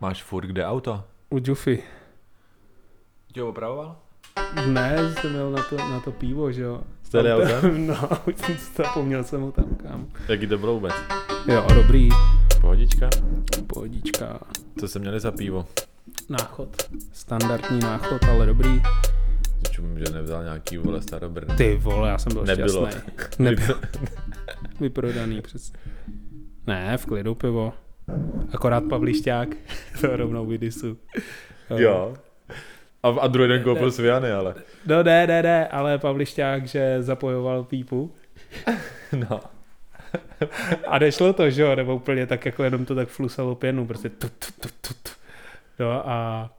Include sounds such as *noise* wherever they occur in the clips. Máš furt kde auto? U Džufy. Tě ho opravoval? Ne, že jsem měl na to, na to pivo, že jo. Staré Tam to- *laughs* auta? No, už jsem to zapomněl jsem ho tam kam. Jak jde bylo vůbec? Jo, dobrý, Pohodička? pohodička, Co se měli za pivo? náchod. Standardní náchod, ale dobrý. Začím, že nevzal nějaký vole starobrný. Ty vole, já jsem byl Nebylo. šťastný. *laughs* Nebylo. Vyprodaný přes. Ne, v klidu pivo. Akorát Pavlišťák, *laughs* to rovnou vydisu. eh. Jo. A, a druhý den koupil Sviany, ale. No ne, ne, ne, ale Pavlišťák, že zapojoval pípu. No. A nešlo to, že jo, nebo úplně tak jako jenom to tak flusalo pěnu, prostě tu, tu, tu, tu, tu. No a,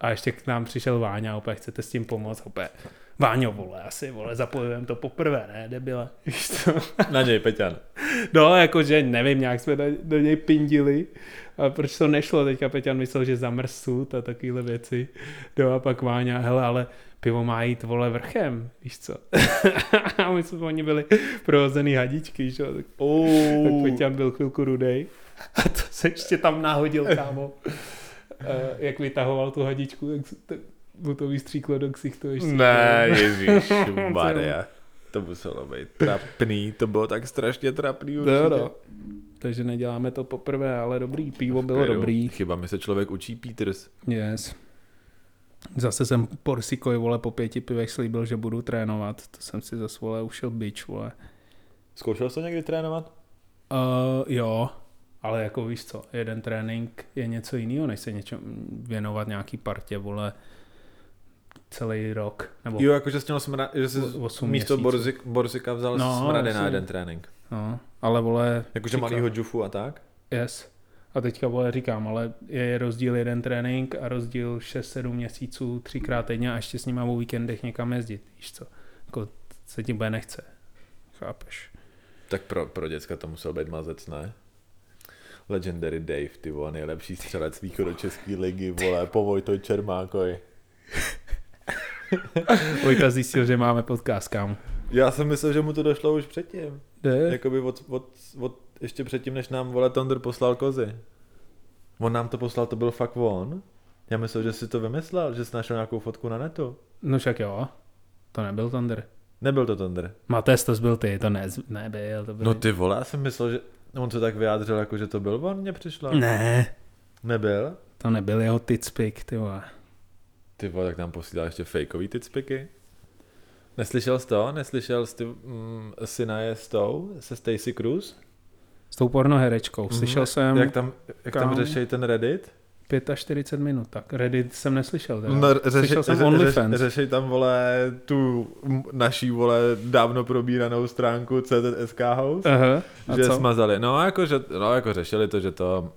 a ještě k nám přišel Váňa, opět chcete s tím pomoct, opět. Váňo, vole, asi, vole, zapojujeme to poprvé, ne, debile. Víš co? *laughs* *laughs* Na něj, Peťan. No, jakože nevím, nějak jsme do, do něj pindili. A proč to nešlo? Teďka Peťan myslel, že zamrzu a takovéhle věci. No a pak Váňa, hele, ale pivo má jít vole vrchem, víš co? *laughs* a my jsme oni byli prohozený hadičky, že? jo, Tak, tak Peťan byl chvilku rudej. A to se ještě tam nahodil, kámo. Eh, jak vytahoval tu hadičku, tak, tak mu to vystříklo do ksichtu ještě. Ne, ježíš, Maria. To muselo být trapný, to bylo tak strašně trapný No, no. Takže neděláme to poprvé, ale dobrý, pivo bylo Beru. dobrý. Chyba mi se člověk učí Peters. Yes. Zase jsem Porsikovi, vole, po pěti pivech slíbil, že budu trénovat. To jsem si zase, vole, ušel bič, vole. Zkoušel jsi to někdy trénovat? Uh, jo, ale jako víš co, jeden trénink je něco jiného, než se něčem věnovat nějaký partě, vole, celý rok. Nebo, Jo, jakože jsi měl smra... že jsi O- osm místo měsíců. Borzik, Borzika vzal No, no, smrady na osm. jeden trénink. No, ale vole, Jakože Říkám. malýho džufu a tak? yes. A teďka, vole, říkám, ale je rozdíl jeden trénink a rozdíl 6-7 měsíců, třikrát týdně a ještě s nima o víkendech někam jezdit, víš co. Jako se ti bude nechce, chápeš. Tak pro, pro děcka to musel být mazec, ne? Legendary Dave, ty vole, nejlepší střelec východočeský ligy, vole, po Vojtoj Čermákoj. Vojta zjistil, že máme podcast, kam. Já jsem myslel, že mu to došlo už předtím. Jde? Jakoby od, od, od, ještě předtím, než nám vole Tondr poslal kozy. On nám to poslal, to byl fakt on. Já myslel, že si to vymyslel, že jsi našel nějakou fotku na netu. No však jo, to nebyl Thunder. Nebyl to Tondr. Mates, to byl ty, to ne, nebyl, to byl... No ty vole, já jsem myslel, že on se tak vyjádřil, jako že to byl on, mně přišlo. Ne, Nebyl? to nebyl jeho ticpik, ty vole. Ty vole, tak nám posílal ještě fejkový ty cpiky. Neslyšel jsi to? Neslyšel jsi ty, mm, Sinaje s tou, se Stacy Cruz? S tou pornoherečkou, slyšel jsem Mhm. Jak tam, jak tam kam? řešejí ten Reddit? 45 minut, tak Reddit jsem neslyšel. Teda. No, řeši, slyšel jsem řeši, OnlyFans. řešej tam, vole, tu m- naší, vole, dávno probíranou stránku CZSK House, Aha, a že co? smazali. No jako, že, no, jako řešili to, že to,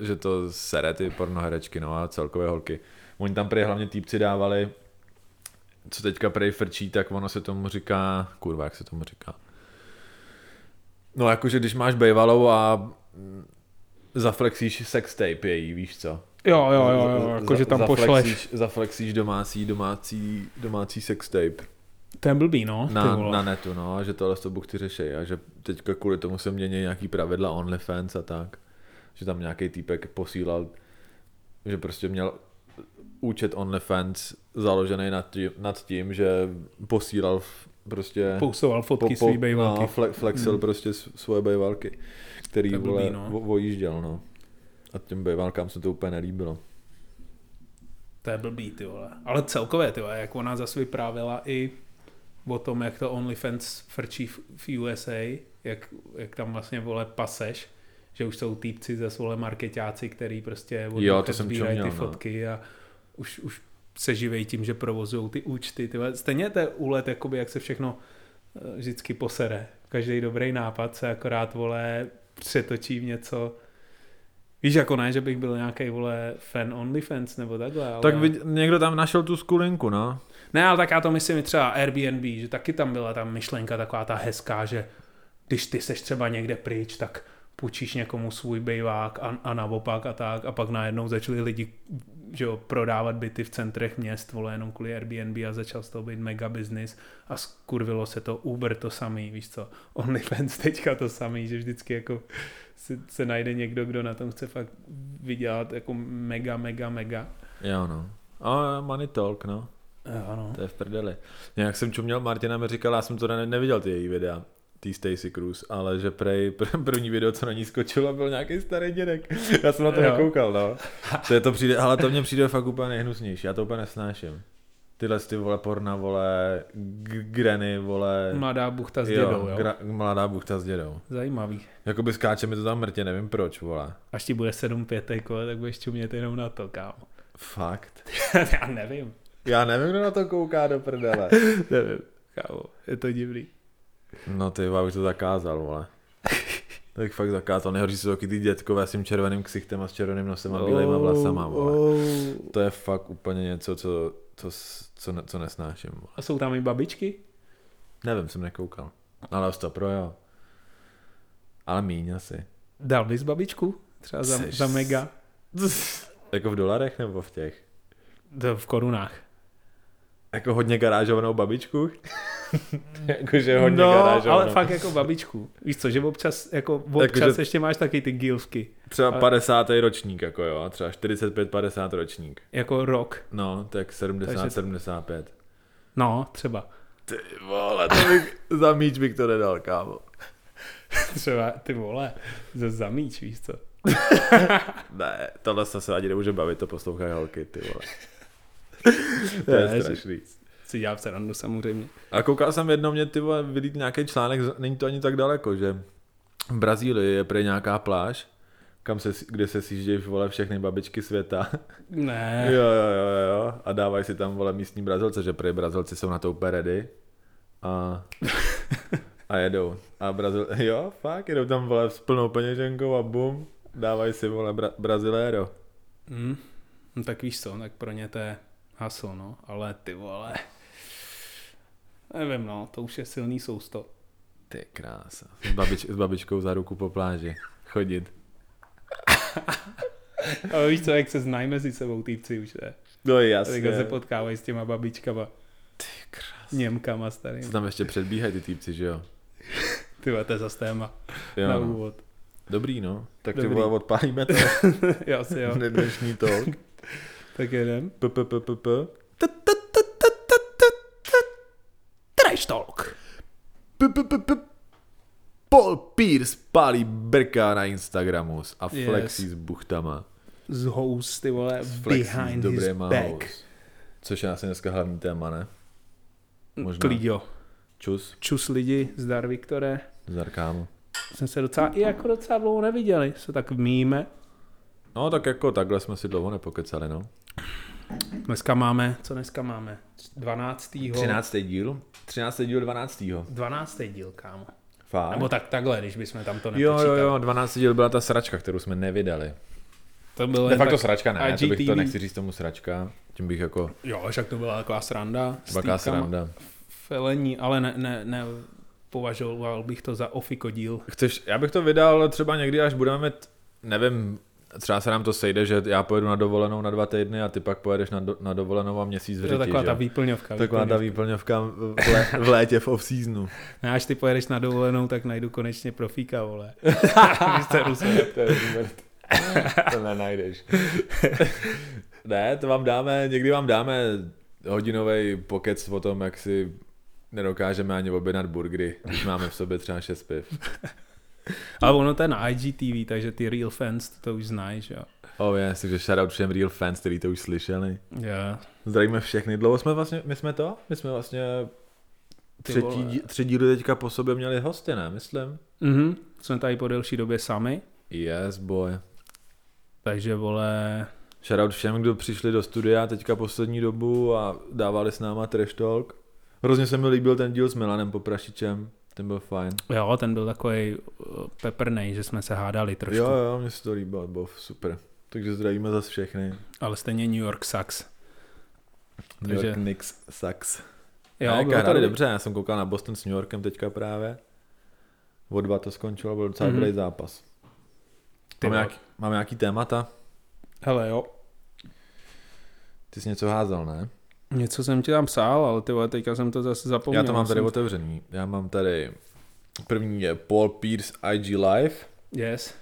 že to sere ty pornoherečky, no a celkové holky. Oni tam prý hlavně týpci dávali, co teďka prej frčí, tak ono se tomu říká, kurva, jak se tomu říká. No jakože když máš bejvalou a mm, zaflexíš sextape její, víš co? Jo, jo, jo, jo, Za- jako, že tam zaflexíš- pošleš. Zaflexíš domácí, domácí, domácí sextape To je blbý, no, ty na, vole. na netu, no, a že tohle to buchty řeší a že teďka kvůli tomu se mění nějaký pravidla OnlyFans a tak, že tam nějaký týpek posílal, že prostě měl účet OnlyFans založený nad tím, nad tím že posílal v- prostě Pousoval fotky svý bejvalky. No, fle, flexil hmm. prostě s- svoje bejvalky, který To je blbý, vole, no. no. vojížděl, no. A těm bejvalkám se to úplně nelíbilo. To je blbý, ty vole. Ale celkově, ty vole, jak ona zase vyprávila i o tom, jak to OnlyFans frčí v, v USA, jak, jak tam vlastně, vole, paseš, že už jsou týpci zase, vole, marketáci, který prostě od Jo, nich to jsem sbírají čuměl, ty no. fotky a už, už se živejí tím, že provozují ty účty, ty vole. Stejně to je úlet, jakoby, jak se všechno eh, vždycky posere. Každý dobrý nápad se akorát, vole, přetočí v něco Víš, jako ne, že bych byl nějaký vole fan OnlyFans nebo takhle, ale... Ale... Tak vid, někdo tam našel tu skulinku, no. Ne, ale tak já to myslím i třeba Airbnb, že taky tam byla ta myšlenka taková ta hezká, že když ty seš třeba někde pryč, tak půjčíš někomu svůj bejvák a, a naopak a tak a pak najednou začali lidi že jo, prodávat byty v centrech měst, vole, jenom kvůli Airbnb a začal z toho být mega business a skurvilo se to Uber to samý, víš co, OnlyFans teďka to samý, že vždycky jako se, se najde někdo, kdo na tom chce fakt vydělat jako mega, mega, mega. Jo, no. A money talk, no. Eh, Ano. To je v prdeli. Nějak jsem čuměl, Martina mi říkala, já jsem to ne- neviděl ty její videa, tý Stacy Cruz, ale že prej pr- *laughs* první video, co na ní skočilo, byl nějaký starý dědek. Já jsem na to Jo. nekoukal, no. To je to přijde, ale to mně přijde fakt úplně nejhnusnější, já to úplně nesnáším. Tyhle ty vole porna, vole, g- greny, vole, Mladá buchta s dědou, jo. gra- mladá buchta s dědou. Zajímavý. Jakoby skáče mi to tam mrtě, nevím proč, vole. Až ti bude 7 pětek, vole, tak budeš čumět jenom na to, kámo. Fakt. *laughs* Já nevím. Já nevím, kdo na to kouká do prdele. Nevím, kámo. Je to divný. No ty, já bych to zakázal, *laughs* vole. Tak fakt zakázal. Nejhorší jsou taky ty dětkové s tím červeným ksichtem a s červeným nosem a bílejma vlasama, vole. Oh. To je fakt úplně něco, co, co, s- co, ne- co nesnáším. Vole. A jsou tam i babičky? Nevím, jsem nekoukal. Ale to pro jo. Ale míň asi. Dal bys babičku? Třeba za, Jseš za mega? Jako v dolarech nebo v těch? To v korunách. Jako hodně garážovanou babičku? *laughs* Jakože hodně no, garážovanou. ale fakt jako babičku. Víš co, že občas, jako občas Jakože- ještě máš taky ty gilfky. Třeba ale- 50. ročník, jako jo. Třeba 45-50 ročník. Jako rok. No, tak 70-75. No, třeba. Ty vole, to bych, *laughs* za míč bych to nedal, kámo. Třeba, ty vole, za zamíč, víš co. Ne, tohle se asi ani nemůže bavit, to poslouchají holky, ty vole. *laughs* to Ne, je že- strašný. Si dělám srandu samozřejmě. A koukal jsem jednou, mě ty vole, vylít nějaký článek, z- není to ani tak daleko, že v Brazílii je prý nějaká pláž, kam se, s- kde se sjíždějí vole všechny babičky světa. *laughs* Ne. jo, jo, jo, jo. A dávají si tam vole místní Brazilce, že prý Brazilci jsou na to úplně ready. A, a jedou. A Brazil, *laughs* jo, fakt, jedou tam vole s plnou peněženkou a bum, dávají si vole bra, Braziléro. Hmm. No tak víš co, tak pro ně to je haslo, no. Ale ty vole. Nevím, no, to už je silný sousto. Ty je krása. S, babič, s babičkou za ruku po pláži chodit. Ale víš co, jak se znají mezi sebou týpci už, ne? No Teďka se potkávají s těma babičkama, Ty krása. Němkama Co starým. tam ještě předbíhají ty týpci, že jo? Ty vole, to je zase téma jo na no. úvod. *laughs* Dobrý, no. Tak ty Dobrý. vole, odpálíme to. jo, asi *laughs* jo. Dnešní talk. Tak jedem. P, p, p, p, p. Trash Talk. P, p, p, p. Paul Pierce pálí brka na Instagramu s- a flexí Yes. s buchtama. Z host, ty vole, S flexí behind his dobrýma back. house. Což je asi dneska hlavní téma, ne? Možná. Klidio. Čus, Čus lidi, zdar Viktore. zdar kámo. Jsme se docela, i jako docela dlouho neviděli, se tak vmíme. No tak jako takhle jsme si dlouho nepokecali, no. Dneska máme, co dneska máme? 12. 13. díl. 13. díl 12. 12. díl, kámo. Fakt. Nebo tak takhle, když bychom tam to Jo, nepočítali. jo, jo, 12. díl byla ta sračka, kterou jsme nevydali. To bylo De jen facto tak... sračka ne, a to bych to GTV. nechci říct tomu sračka, tím bych jako Jo, však to byla taková sranda. s baká týpkama. sranda. Felení, ale ne, ne, ne, považoval bych to za ofikodíl. Chceš, já bych to vydal třeba někdy, až budeme mít, nevím, třeba se nám to sejde, že já pojedu na dovolenou na dva týdny a ty pak pojedeš na, do, na dovolenou a měsíc v To je řiti, taková že? ta výplňovka. Taková ta výplňovka. výplňovka v, lé, v létě v off-seasonu. Ne, až ty pojedeš na dovolenou, tak najdu konečně profíka, *laughs* vole. Vy jste Rusové. to, je smrt. to nenajdeš. *laughs* ne, to vám dáme, někdy vám dáme hodinový pokec o tom, jak si nedokážeme ani objednat burgery, když máme v sobě třeba šest piv. Ale ono to je na IGTV, takže ty real fans to, to už znají, že jo. Oh yes, takže shoutout všem real fans, kteří to už slyšeli. Yeah. Zdravíme všechny. Dlouho jsme vlastně, my jsme to? My jsme vlastně Ty třetí, vole. dí- tři díly teďka po sobě měli hosty, ne? Myslím. Mhm, jsme tady po delší době sami, Yes, boy. takže vole, Shoutout všem, kdo přišli do studia teďka poslední dobu a dávali s náma trash talk. Hrozně se mi líbil ten díl s Milanem Poprašičem, ten byl fajn. jo, ten byl takový peprnej, že jsme se hádali trošku, Jo, jo. jo, mně se to líbilo, bylo super. Takže zdravíme zas všechny. ale stejně New York sucks. New York Takže- Knicks sucks. Jo, Jo, ne, bylo to hráli dobrý. dobře, já jsem koukal na Boston s New Yorkem teďka právě. O dva to skončilo, byl docela Mhm. dobrý zápas. Ty Máme vole. nějaký, máme nějaký témata? Hele jo, Ty jsi něco házel, ne? něco jsem ti tam psal, ale ty vole, teďka jsem to zase zapomněl. Já to mám tady jsem... otevřený. Já mám tady, první je Paul Pierce IG Live. Yes,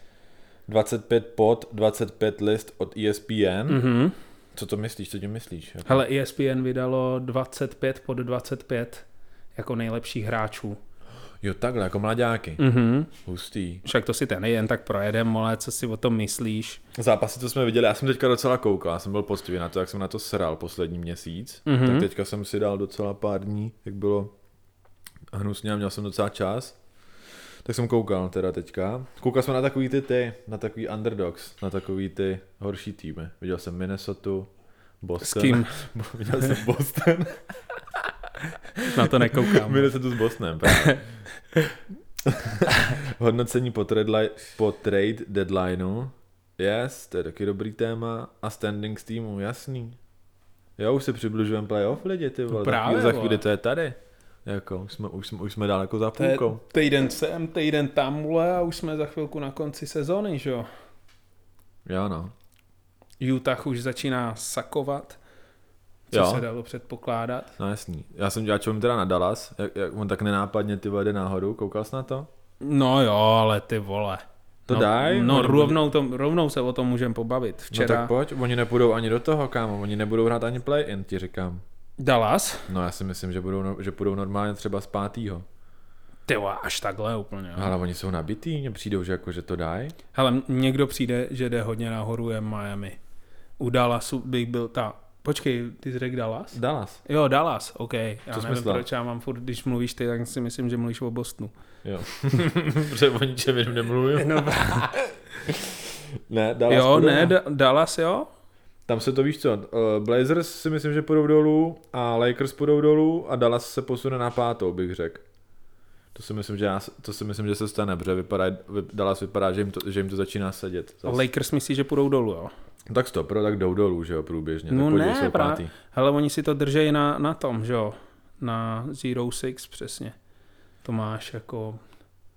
25 pod, 25 list od ESPN. Mm. Mhm. Co to myslíš, co tím myslíš? Jako, Hele, E ESPN vydalo 25 pod 25 jako nejlepších hráčů. Jo, takhle, jako mladáky. Mm. Mhm. Hustý. Však to si ten jen tak projedem, ale co si o tom myslíš? Zápasy, co jsme viděli, já jsem teďka docela koukal, já jsem byl poctivý na to, jak jsem na to sral poslední měsíc, Mhm. mm-hmm. tak teďka jsem si dal docela pár dní, jak bylo hnusně a měl jsem docela čas, tak jsem koukal teda teďka. Koukal jsem na takový ty ty, na takový underdogs, na takový ty horší týmy. Viděl jsem Minnesota, S Boston. kým? *laughs* Viděl jsem Boston. Na *laughs* to nekoukám. Minnesota s Bostonem *laughs* právě. Hodnocení po trade, li- po trade deadlineu. Yes, to je taky dobrý téma. A standings týmu, jasný. Jo, už se přibližujeme playoff lidi, ty vole. No právě, Taky za vole. chvíli to je tady. Jako, už jsme, už jsme, už jsme daleko za To je půlkou. týden sem, týden tam, vole, a už jsme za chvilku na konci sezóny, že jo? Jo, no. Utah už začíná sakovat, co Jo. se dalo předpokládat. No jasný. Já jsem já čumím teda na Dallas, jak, jak on tak nenápadně ty vole jde nahoru, koukal jsi na to? No jo, ale ty vole. To no, daj? No Oni- rovnou, to, rovnou se o tom můžeme pobavit. Včera. No Včera tak pojď, oni nepůjdou ani do toho, kámo, oni nebudou hrát ani play-in, ti říkám. Dallas, No já si myslím, že, budou, no- že půjdou normálně třeba z pátýho. ty vole, až takhle úplně. Ale oni jsou nabitý, mně přijdou, že jako, že to dají. Hele, m- někdo přijde, že jde hodně nahoru, je Miami. U Dallasu bych byl ta... Počkej, ty jsi řekl Dallas? *laughs* Dallas. Jo, Dallas, OK. Já jsi nevím, myslel? proč já mám furt, když mluvíš ty, tak si myslím, že mluvíš *laughs* o Bostonu. Jo. Protože o ničem jiném nemluvím. No, Ne, Dallas jo, půjdou, ne, no. da- Dallas, jo? Tam se to víš co, eh, Blazers si myslím, že půjdou dolů a Lakers půjdou dolů a Dallas se posune na pátou, bych řekl. To si myslím, že, já, s- to si myslím, že se stane, protože vypadá, vy- Dallas vypadá, že jim to, že jim to začíná sedět. A Zas. Lakers myslí, že půjdou dolů, jo? tak stopro, tak jdou dolů, že jo, průběžně. No tak podívej ne, se, jsou právě. pátý. Hele, oni si to držejí na, na tom, že jo? Na Zero Six přesně. To máš jako...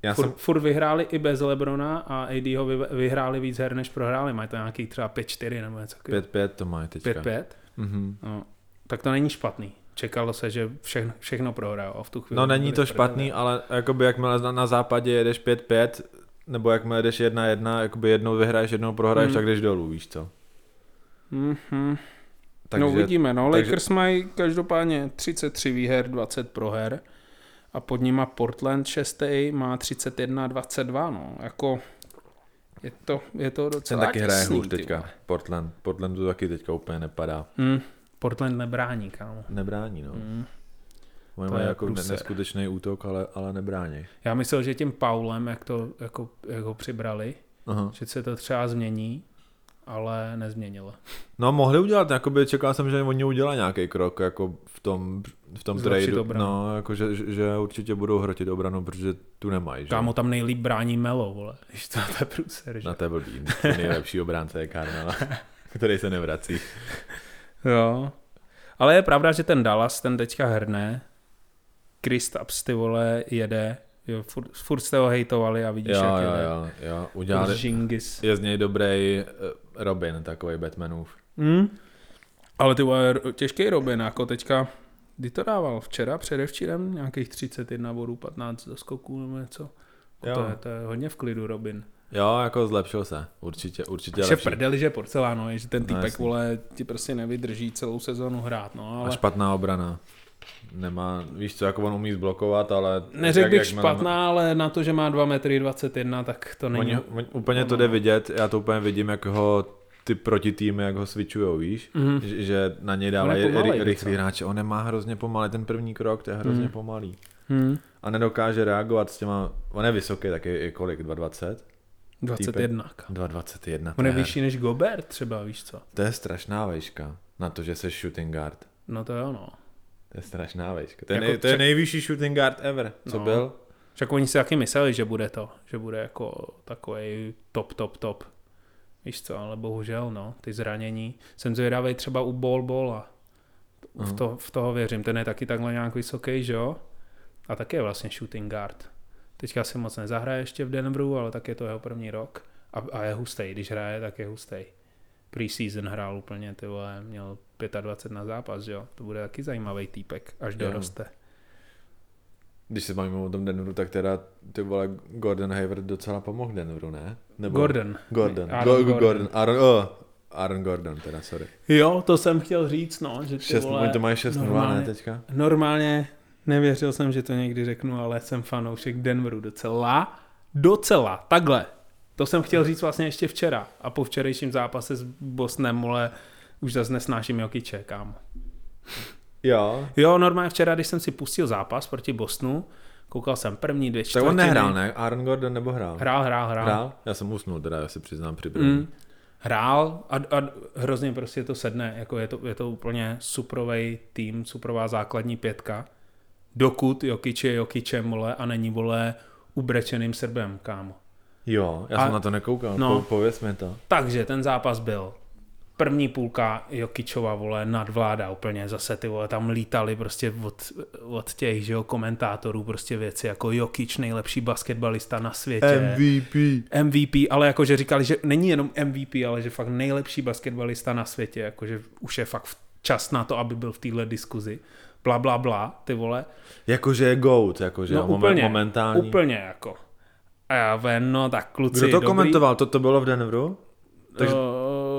Já furt, jsem, furt vyhráli i bez Lebrona a AD ho vy, vyhráli víc her, než prohráli. Mají to nějaký třeba 5-4 nebo něco takového. 5-5 to mají teďka. 5-5? Mhm. No, tak to není špatný. Čekalo se, že všechno, všechno prohrál a v tu chvíli... No není byli to Jako v prdeli. špatný, ale jakoby jakmile na, na západě jedeš 5-5, nebo jakmile jdeš 1-1, jakoby jednou vyhraješ, jednou prohraješ, Hmm. tak jdeš dolů, víš co. Mhm. Takže, no uvidíme, no. takže- Lakers mají každopádně 33 výher, 20 proher a pod nima Portland 6. má 31 22, no. Jako je to, je to Ten docela taky hraje těsný, hůř ty teďka, vole. Portland. Portland to taky teďka úplně nepadá. Mm, Portland nebrání, kámo. Nebrání, no. Mm. Oni to mají je jako ne- průser. neskutečný útok, ale, ale nebrání. Já myslel, že tím Paulem, jak to jako, jako přibrali, Aha. že se to třeba změní, ale nezměnilo. No mohli udělat, jakoby čekal jsem, že oni udělají nějaký krok jako v tom, v tom Zlepšit tradu. obranu. No, jako, že, že- že, určitě budou hrotit obranu, protože tu nemají. Že? Kámo, tam nejlíp brání Melo, vole. Když to je průser, že? Na to je blbý. Nejlepší obránce je *laughs* Karmela, který se nevrací. Jo. Ale je pravda, že ten Dallas, ten teďka hrne. Kristaps, ty vole, jede. Jo, furt, furt jste ho hejtovali a vidíš, Jo, jak jo, jede. jo, jo. Udělali, Žingis. je z něj dobrý eh, Robin, takový Batmanův. Hmm? Ale ty vole, těžký Robin, jako teďka, kdy to dával? Včera, předevčírem, nějakých 31 bodů, 15 do skoků nebo něco. Jo. Jako to, je, to je hodně v klidu Robin. Jo, jako zlepšil se, určitě, určitě Že lepší. prdeli, že porceláno je, že ten No, týpek, jasný. vole, ti prostě nevydrží celou sezonu hrát, no, A ale... špatná obrana. Nemá, víš co, jako on umí zblokovat, ale... Neřekl jak- bych jakmile- špatná, ale na to, že má 2 metry 21, tak to není. Oni, oni, úplně to jde vidět, já to úplně vidím, jak ho ty proti týmy, jak ho switchujou, víš? Mhm. Že, že na něj On je dávají pomalej ry- rychlý docela. hráče. On nemá hrozně pomalý, ten první krok, to je hrozně Mhm. pomalý. Hmm. A nedokáže reagovat s těma, on je vysoký, tak je, je kolik, 2,20? 21. kámo. 2,21. On je to je- vyšší než Gobert třeba, víš co? To je strašná vejška na to, že jsi shooting guard. No to jo, no. To je strašná vejška. To je, Jako nej, to je ček- nejvyšší shooting guard ever, co No. no. byl. Však oni si taky mysleli, že bude to, že bude jako takový top, top, top. Víš co, ale bohužel, no, ty zranění. Jsem zvědavý třeba u Ball Bola. V, Mhm. to, v toho věřím, ten je taky takhle nějak vysoký, že jo? A taky je vlastně shooting guard. Teďka si moc nezahraje ještě v Denveru, ale tak je to jeho první rok. A, a je hustej, když hraje, tak je hustej. Preseason hrál úplně, ty vole, měl 25 na zápas, že jo? To bude taky zajímavý týpek, až Jo. doroste. Když se bavíme o tom Denveru, tak teda ty vole Gordon Hayward docela pomohl Denveru, ne? Nebo Gordon. Gordon. Aaron Go- Gordon. Gordon. Aaron, oh, Aaron Gordon, teda, sorry. Jo, to jsem chtěl říct, no, že ty Šest, vole, oni to mají 6 0 ne normálně, teďka? normálně nevěřil jsem, že to někdy řeknu, ale jsem fanoušek Denveru docela, docela, takhle. To jsem chtěl říct vlastně ještě včera a po včerejším zápase s Bosnem, ale už zase nesnáším Jokiče, kámo. Jo. Jo, normálně včera, když jsem si pustil zápas proti Bosnu, koukal jsem první dvě Tak čtvrtiny. on nehrál, ne? Aaron Gordon nebo hrál? Hrál, hrál, hrál. Hrál? Já jsem usnul, teda, já si přiznám při první. Mm. Hrál a, a hrozně prostě to sedne, jako je to, je to úplně suprovej tým, suprová základní pětka, dokud Jokič je Jokičem, vole, a není, vole, ubrečeným Srbem, kámo. Jo, já A- jsem na to nekoukal, no. no. po, pověz mi to. Takže ten zápas byl první půlka Jokičova, vole, nadvláda úplně, zase ty vole tam lítali prostě od, od těch, že jo, komentátorů prostě věci jako Jokič, nejlepší basketbalista na světě. MVP. MVP, ale jakože říkali, že není jenom MVP, ale že fakt nejlepší basketbalista na světě, jakože už je fakt čas na to, aby byl v téhle diskuzi. Bla, bla, bla, ty vole. Jakože je GOAT, jakože No jo, momen- úplně, momentální. úplně jako. A já ven, no tak kluci, Kdo to dobrý. komentoval? To, to bylo v Denveru? Takže-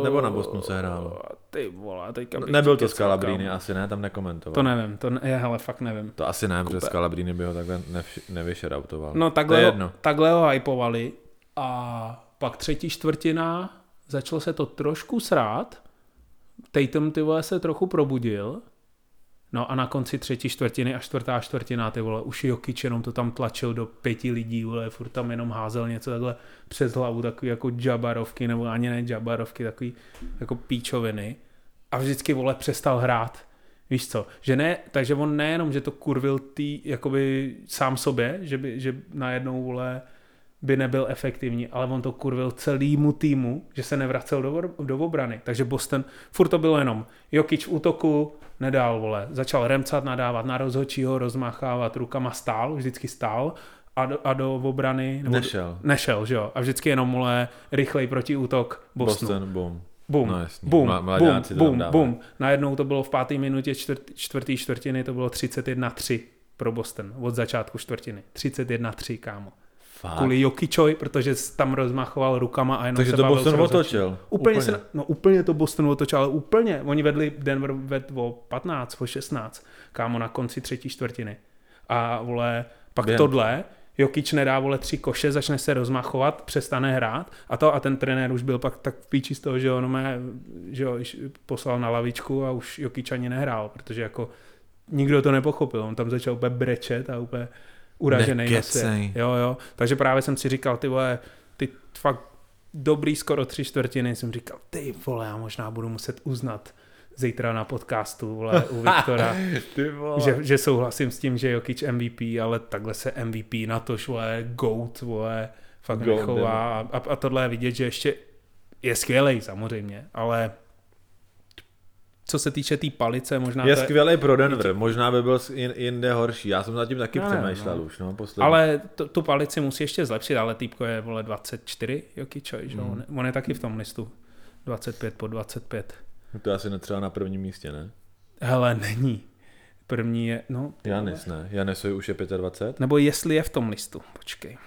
Eh, nebo na Bostonu se hrálo? No, Ty vole, teďka bych Nebyl ti to kecal, Scalabrini, kámo. asi ne, tam nekomentoval. To nevím, to ne, já hele, fakt nevím. To asi ne, protože Scalabrini by ho takhle nevš- nevyšerautoval. No to takhle, je ho, jedno. takhle ho hypovali a pak třetí čtvrtina začalo se to trošku srát. Tatum ty vole se trochu probudil. No a na konci třetí čtvrtiny a čtvrtá čtvrtina ty vole, už Jokič jenom to tam tlačil do pěti lidí, vole, furt tam jenom házel něco takhle přes hlavu, takový jako džabarovky, nebo ani ne džabarovky, takový jako píčoviny. A vždycky vole přestal hrát. Víš co, že ne, takže on nejenom, že to kurvil tý, jakoby sám sobě, že, by, že najednou vole by nebyl efektivní, ale on to kurvil celýmu týmu, že se nevracel do, or- do obrany. Takže Boston, furt to bylo jenom Jokič v útoku, nedal vole, začal remcat, nadávat na rozhočího, rozmachávat rukama, stál, vždycky stál a do, a do obrany nebo Nešel. nešel, že jo, a vždycky jenom vole rychlej protiútok Bostonu. Boston, boom. Bum, No no, jasně, bum, mla- bum, mladáci to tam bum, dávají. bum. Najednou to bylo v páté minutě čtvrt, čtvrtý čtvrtiny, to bylo 31-3 pro Boston od začátku čtvrtiny. 31-3, kámo. Fakt. Kvůli Jokičoj, protože s- tam rozmachoval rukama a jenom Takže se to bavil s Boston rozhodčím. otočil. Úplně, úplně. Se, no úplně to Boston otočil, ale úplně. Oni vedli Denver ved o 15, o 16, kámo, na konci třetí čtvrtiny. A vole, pak Během. Během. tohle, Jokič nedá vole tři koše, začne se rozmachovat, přestane hrát a to a ten trenér už byl pak tak v píči z toho, že on mé, že ho iš- poslal na lavičku a už Jokič ani nehrál, protože jako nikdo to nepochopil, on tam začal úplně brečet a úplně uražený na svět. Nekecej. Jo, jo, takže právě jsem si říkal, ty vole, ty fakt dobrý skoro tři čtvrtiny, jsem říkal, ty vole, já možná budu muset uznat zítra na podcastu, vole, *laughs* u Viktora, Ty vole. že, že souhlasím s tím, že Jokic MVP, ale takhle se MVP na to, vole, GOAT, vole, fakt Goat, nechová a, a tohle je vidět, že ještě je skvělej samozřejmě, ale co se týče té palice, možná Je to je, skvělý pro Denver, možná by byl s- jin- jinde horší. Já jsem zatím taky Ne, ne, přemýšlel no. už, no, poslední. ale to, tu palici musí ještě zlepšit, ale týpko je, vole, 24 Jokičoj, že? Mm. On je taky v tom listu, 25 po 25. To je asi ne- třeba na prvním místě, ne? Hele, není. První je, no, ty vole. Janis, ne? Janisovi už je 25? Nebo jestli je v tom listu, počkej.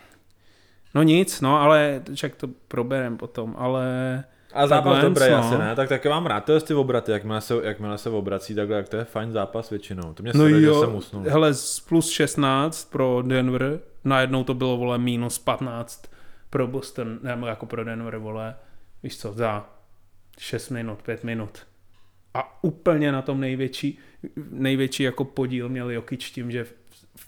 No nic, no ale čak to proberem potom, ale A zápas Lens, dobrý no. asi, ne? Tak taky mám rád tyhle ty obraty, jakmile se, jakmile se obrací takhle, jak to je fajn zápas většinou. To mě no no sere, že jo, jsem usnul. hele, z plus 16 pro Denver, najednou to bylo, vole, minus 15 pro Boston, nebo jako pro Denver, vole, víš co, za 6 minut, 5 minut. A úplně na tom největší, největší jako podíl měl Jokic tím, že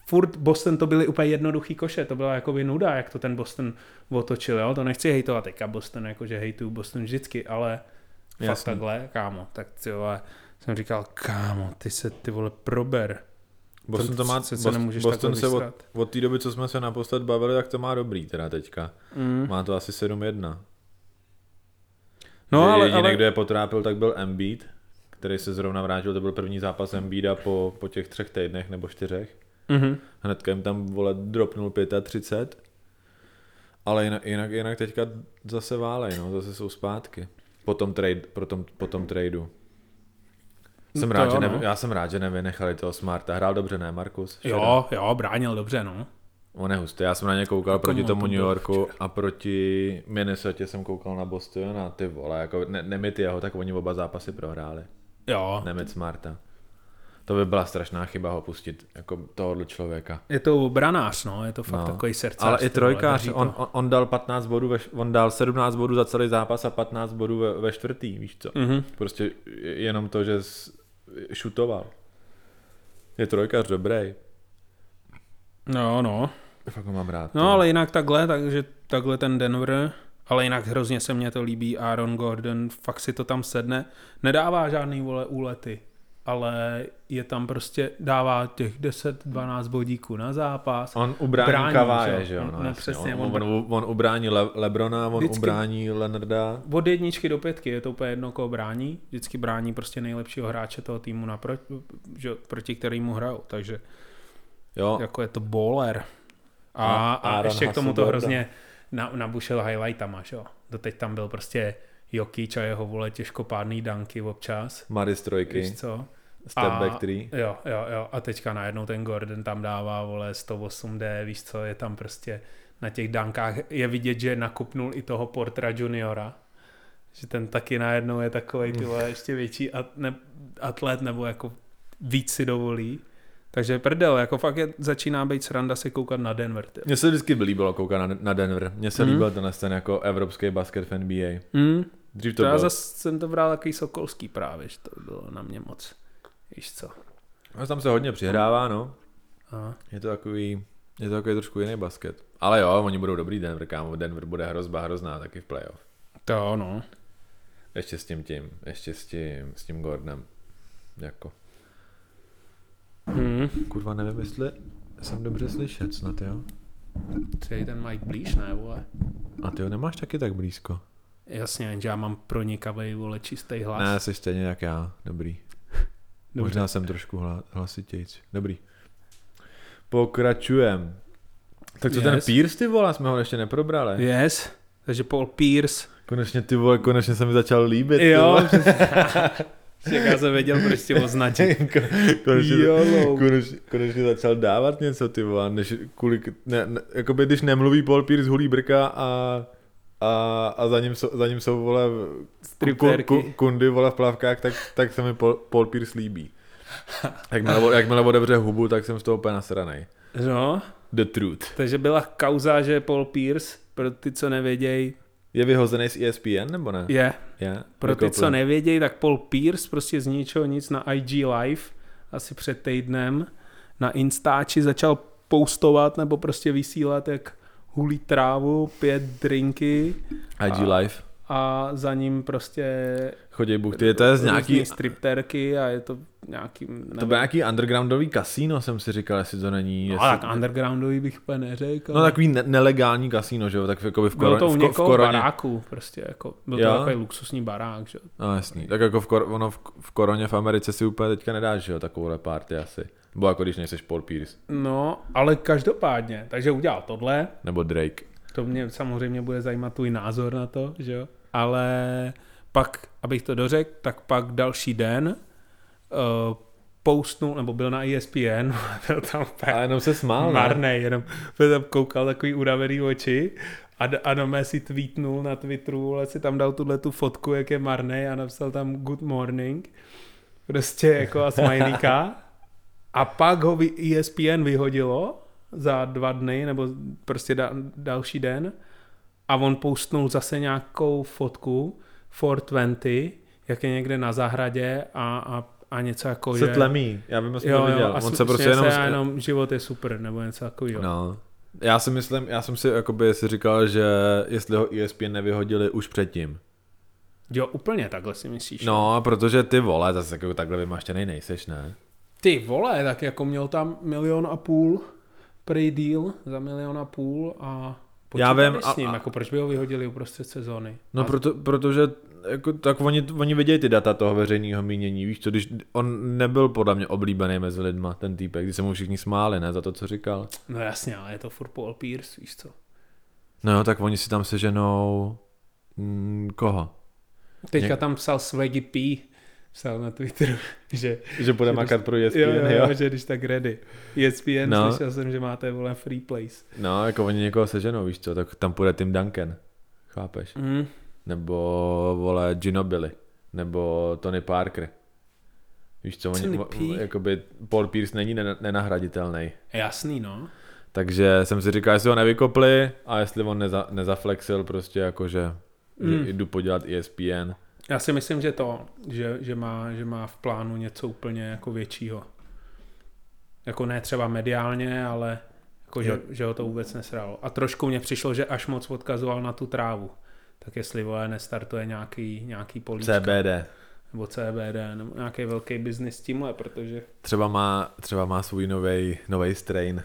furt Boston to byly úplně jednoduchý koše, to byla jakoby nuda, jak to ten Boston otočil, jo? to nechci hejtovat teďka Boston, jakože hejtuju Boston vždycky, ale Jasný. fakt Jasný. takhle, kámo, tak ty vole, jsem říkal, kámo, ty se ty vole prober. Boston to má, se, se Boston, nemůžeš Boston takhle se od, vysrat. od té doby, co jsme se naposled bavili, tak to má dobrý teda teďka. Mm. Má to asi 7-1. No že ale, jediný, ale kdo je potrápil, tak byl Embiid, který se zrovna vrátil, to byl první zápas Embiida po, po těch třech týdnech nebo čtyřech. Mhm. Hnedka jim tam, vole, dropnul 35. Ale jinak, jinak, jinak teďka zase válej, no, zase jsou zpátky. Po tom, trade, po tom, po tom tradu. Jsem To rád, jo, že no. nevy, já jsem rád, že nevynechali toho Smarta. Hrál dobře, ne, Markus? Včera. Jo, jo, bránil dobře, no. On je hustý. Já jsem na ně koukal proti Jako on tomu to New byl Yorku a proti Minnesota jsem koukal na Boston a ty vole, jako ne, nemit jeho, tak oni oba zápasy prohráli. Jo. Nemit Smarta. To by byla strašná chyba ho pustit, jako tohohle člověka. Je to obranář, no, je to fakt no. takový srdce. Ale i trojkář, on, on, on, dal 15 bodů, ve, š- on dal 17 bodů za celý zápas a 15 bodů ve, ve čtvrtý, víš co? Mhm. Prostě jenom to, že s- šutoval. Je trojkař dobrý. No, no. Fakt ho mám rád. No, ale jinak takhle, takže takhle ten Denver, ale jinak hrozně se mně to líbí, Aaron Gordon, fakt si to tam sedne, nedává žádný vole úlety, ale je tam prostě, dává těch 10-12 bodíků na zápas. On ubrání Brání, brání, že Kaváje, jo? že jo? No, No, no, jasně. přesně, On, on on, on, on ubrání Le, Lebrona, on Vždycky- Vždycky. ubrání Leonarda. Od jedničky do pětky je to úplně jedno, koho brání. Vždycky brání prostě nejlepšího hráče toho týmu, naproti, že, proti kterýmu hrajou. Takže Jo, jako je to bowler. A, A a No. Aaron ještě k tomu to Hasselborda. hrozně na, nabušil highlightama, že jo. Doteď tam byl prostě Jokic a jeho vole těžkopádný danky občas. Mary z trojky, Víš co? step a- back three. Jo, jo, jo. A teďka najednou ten Gordon tam dává, vole, 108D, víš co, je tam prostě na těch dankách, je vidět, že nakupnul i toho Portra juniora, že ten taky najednou je takovej, ty vole, ještě větší at, ne, atlet, nebo jako víc si dovolí. Takže prdel, jako fakt je, začíná být sranda se koukat na Denver. Ty. Mně se vždycky líbilo koukat na, na Denver. Mně se Mhm. mm. líbil tenhle ten jako evropský basket v NBA. Mm, Dřív to to, já bylo. zase jsem to bral takový sokolský právě, že to bylo na mě moc. Víš co. No, tam se hodně přihrává, no. A, Je to takový, je to takový trošku jiný basket. Ale jo, oni budou dobrý Denver, kámo. Denver bude hrozba hrozná taky v playoff. to no. Ještě s tím tím, ještě s tím, s tím Gordonem. Jako. Mm. Kurva, nevím, jestli jsem dobře slyšet snad, jo? Ty ten Mike blíž, ne, vole? A ty ho nemáš taky tak blízko. Jasně, jenže já mám pronikavý, vole, čistý hlas. Ne, jsi stejně jak já. Dobrý. *laughs* Dobře. Možná jsem trošku hla, hlasitějc. Dobrý. Pokračujem. Tak co yes. ten Yes. Pierce, ty vole, jsme ho ještě neprobrali. Je. Yes, takže Paul Pierce. Konečně ty vole, konečně se mi začal líbit. ty Jo, *laughs* vole. já jsem věděl, proč tě *laughs* označit. Jako konečně, Jolo. konečně, konečně, začal dávat něco, ty vole, než kvůli, ne, ne, jakoby když nemluví Paul Pierce, hulí brka a, a, a za, ním, so- za ním jsou, vole, ku- ku- ku- Striptérky. kundy, vole, v plavkách, tak, tak se mi Paul, Paul Pierce líbí. Jakmile, jakmile odebře hubu, tak jsem z toho úplně nasranej. No, The truth. takže byla kauza, že Paul Pierce, pro ty, co nevědějí, Je vyhozený z E ESPN, nebo ne? je. Je. Jako Pro ty, co nevědějí, tak Paul Pierce prostě z ničeho nic na IG Live asi před týdnem na Instači začal postovat nebo prostě vysílat, jak hulí trávu, pět drinky IG Live. a za ním prostě Chodí Bůh, ty, to je z nějaký... různý stripterky a je to nějaký... Nevím, To byl nějaký undergroundový kasíno, jsem si říkal, jestli to není. no, Jestli... tak undergroundový bych úplně neřekl. No takový ne- nelegální kasíno, že jo, tak jako by v, bylo koron... to u v, ko- v někoho koroně. baráku, prostě jako, byl Jo. to takový luxusní barák, že? jo. No jasný, tak jako v, kor... ono v, v koroně v Americe si úplně teďka nedáš, že jo, takovouhle party asi. Bo jako když nejseš Paul Pierce, No, ale každopádně, takže udělal tohle, nebo Drake. to mě samozřejmě bude zajímat tvůj názor na to, že jo, ale pak, abych to dořekl, tak pak další den uh, postnul, nebo byl na E ESPN, *laughs* byl tam úplně Ale jenom se smál, ne? Marnej, jenom protože tam koukal takový uravený oči a, d- a Domé si tweetnul na Twitteru, ale si tam dal tuhle tu fotku, jak je Marnej a napsal tam good morning. Prostě jako a smajlíka. A pak ho vy- E ESPN vyhodilo za dva dny, nebo prostě da, další den. A on postnul zase nějakou fotku 420, jak je někde na zahradě a, a, a něco jako, Se že... tlemí, já vím, jestli Jo, to jo, viděl. a On sm- se prostě směje jenom... já jenom život je super, nebo něco takového. No. Já si myslím, já jsem si jakoby si říkal, že jestli ho E ESPN nevyhodili už předtím. Jo, úplně takhle si myslíš. No, protože ty vole, zase jako takhle vymaštěnej nejseš, ne? Ty vole, tak jako měl tam milion a půl prej deal za milion a půl a počítali Já vím, s ním, a- a- jako proč by ho vyhodili uprostřed sezóny. No, a, proto, protože jako, tak oni, oni vidějí ty data toho veřejného mínění, víš co, když on nebyl podle mě oblíbený mezi lidma, ten týpek, když se mu všichni smáli, ne, za to, co říkal. no jasně, ale je to furt Paul Pierce, víš co. No jo, tak oni si tam seženou mm, koho? Teďka Něk- tam psal Swaggy P, psal na Twitteru, *laughs* že, Že bude Že makat pro E ESPN, jo, jo, jo, jo. že když tak ready. ESPN, No. no. slyšel jsem, že máte vole free place. No, jako oni někoho seženou, víš co, tak tam půjde Tim Duncan, chápeš? Mm. Nebo, vole, Ginobili, nebo Tony Parker. Víš co, oni, Tony o- P. jakoby Paul Pierce není nena- nenahraditelný. Jasný, no. Takže jsem si říkal, jestli ho nevykopli a jestli on neza, nezaflexil prostě jako, že, mm. Mm. že jdu podělat E ESPN. Já si myslím, že to, že, že, má, že má v plánu něco úplně jako většího. Jako ne třeba mediálně, ale jako že, Jo. že ho to vůbec nesralo. A trošku mně přišlo, že až moc odkazoval na tu trávu. Tak jestli vole nestartuje nějaký, nějaký políčka CBD. nebo CBD nebo nějaký velký biznis s tímhle, protože Třeba má, třeba má svůj novej, novej strain.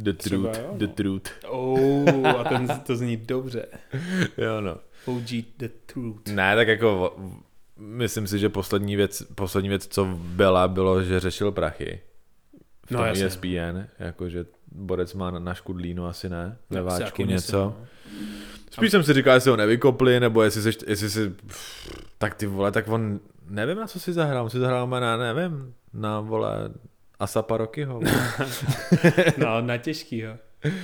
The Třeba truth, jo, the no. truth. oh, a ten, *laughs* to zní dobře. *laughs* Jo no. OG the truth. Ne, tak jako v- myslím si, že poslední věc, poslední věc, co byla, bylo, že řešil prachy. V No, tom E jasně. ESPN, jakože Borec má na, na škudlínu asi ne, ve Tak si váčku taky něco. myslím, Myslím, no. Spíš jsem si říkal, jestli ho nevykopli, nebo jestli si, jestli si, tak ty vole, tak on, nevím, na co si zahrál, on si zahrál na, nevím, na, vole, Asapa Rockyho, vole. *laughs* No, na těžkýho. Jako-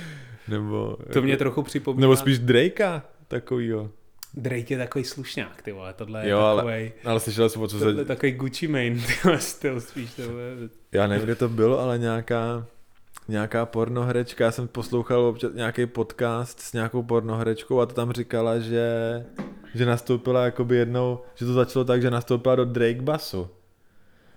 nebo, To mě trochu připomíná. nebo spíš Drakea takovýho. Drake je takový slušňák, ty vole, tohle je Jo, jo, ale- takovej, Ale slyšel jsem, o co ale... se, tohle je takový Gucci main, ty vole, styl spíš, tohle. Já nevím, kde to bylo, ale nějaká, nějaká pornoherečka, já jsem poslouchal občas nějaký podcast s nějakou pornoherečkou a to tam říkala, že, že nastoupila jakoby jednou, že to začalo tak, že nastoupila do Drake Bassu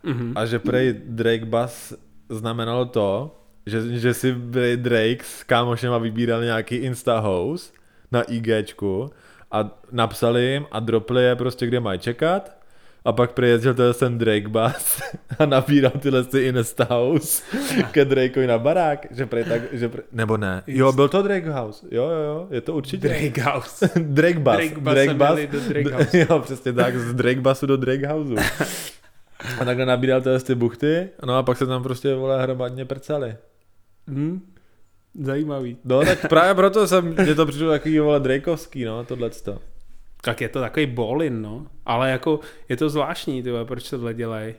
Mhm. a že prej Drake Bass znamenalo to, že, že si prej Drake s kámošem a vybíral nějaký Insta house na IGčku a napsali jim a dropli je prostě, kde mají čekat a pak přijezdil teda sem Drake Bass *laughs* a nabíral tyhle si Insta House ke Drakeovi na barák, že prej tak, že prej... nebo ne. Jo, byl to Drake House, jo, jo, jo, je to určitě. Drake House. *laughs* Drake Bass. Drake Bass se měli do *laughs* Drake Dr- House. Jo, přesně tak, z Drake Bassu do Drake Houseu. A takhle nabíral tyhle ty buchty, no a pak se tam prostě, vole, hromadně prcali. Hm? Zajímavý. No, tak právě proto jsem, mě to přišlo takový, vole, Drakeovský, no, tohleto. Tak je to takový bolin, no. Ale jako, je to zvláštní, ty vole, proč tohle dělají.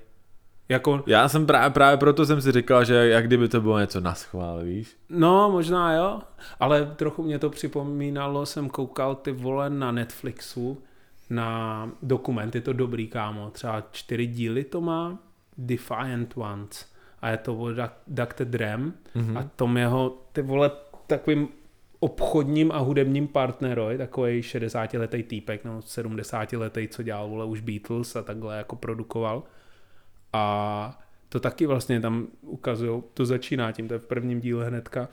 Jako, Já jsem právě, právě proto jsem si říkal, že jak kdyby to bylo něco na schvál, víš? no, možná jo, ale trochu mě to připomínalo, jsem koukal ty vole na Netflixu, na dokument, je to dobrý, kámo, třeba čtyři díly to má, Defiant Ones, a je to o Duck- Dr. Drem, Mhm. a tom jeho, ty vole, takovým obchodním a hudebním partneroj, takový 60-letý týpek, no 70-letý, co dělal, vole, už Beatles a takhle jako produkoval. A to taky vlastně tam ukazují, to začíná tím, to je v prvním díle hnedka,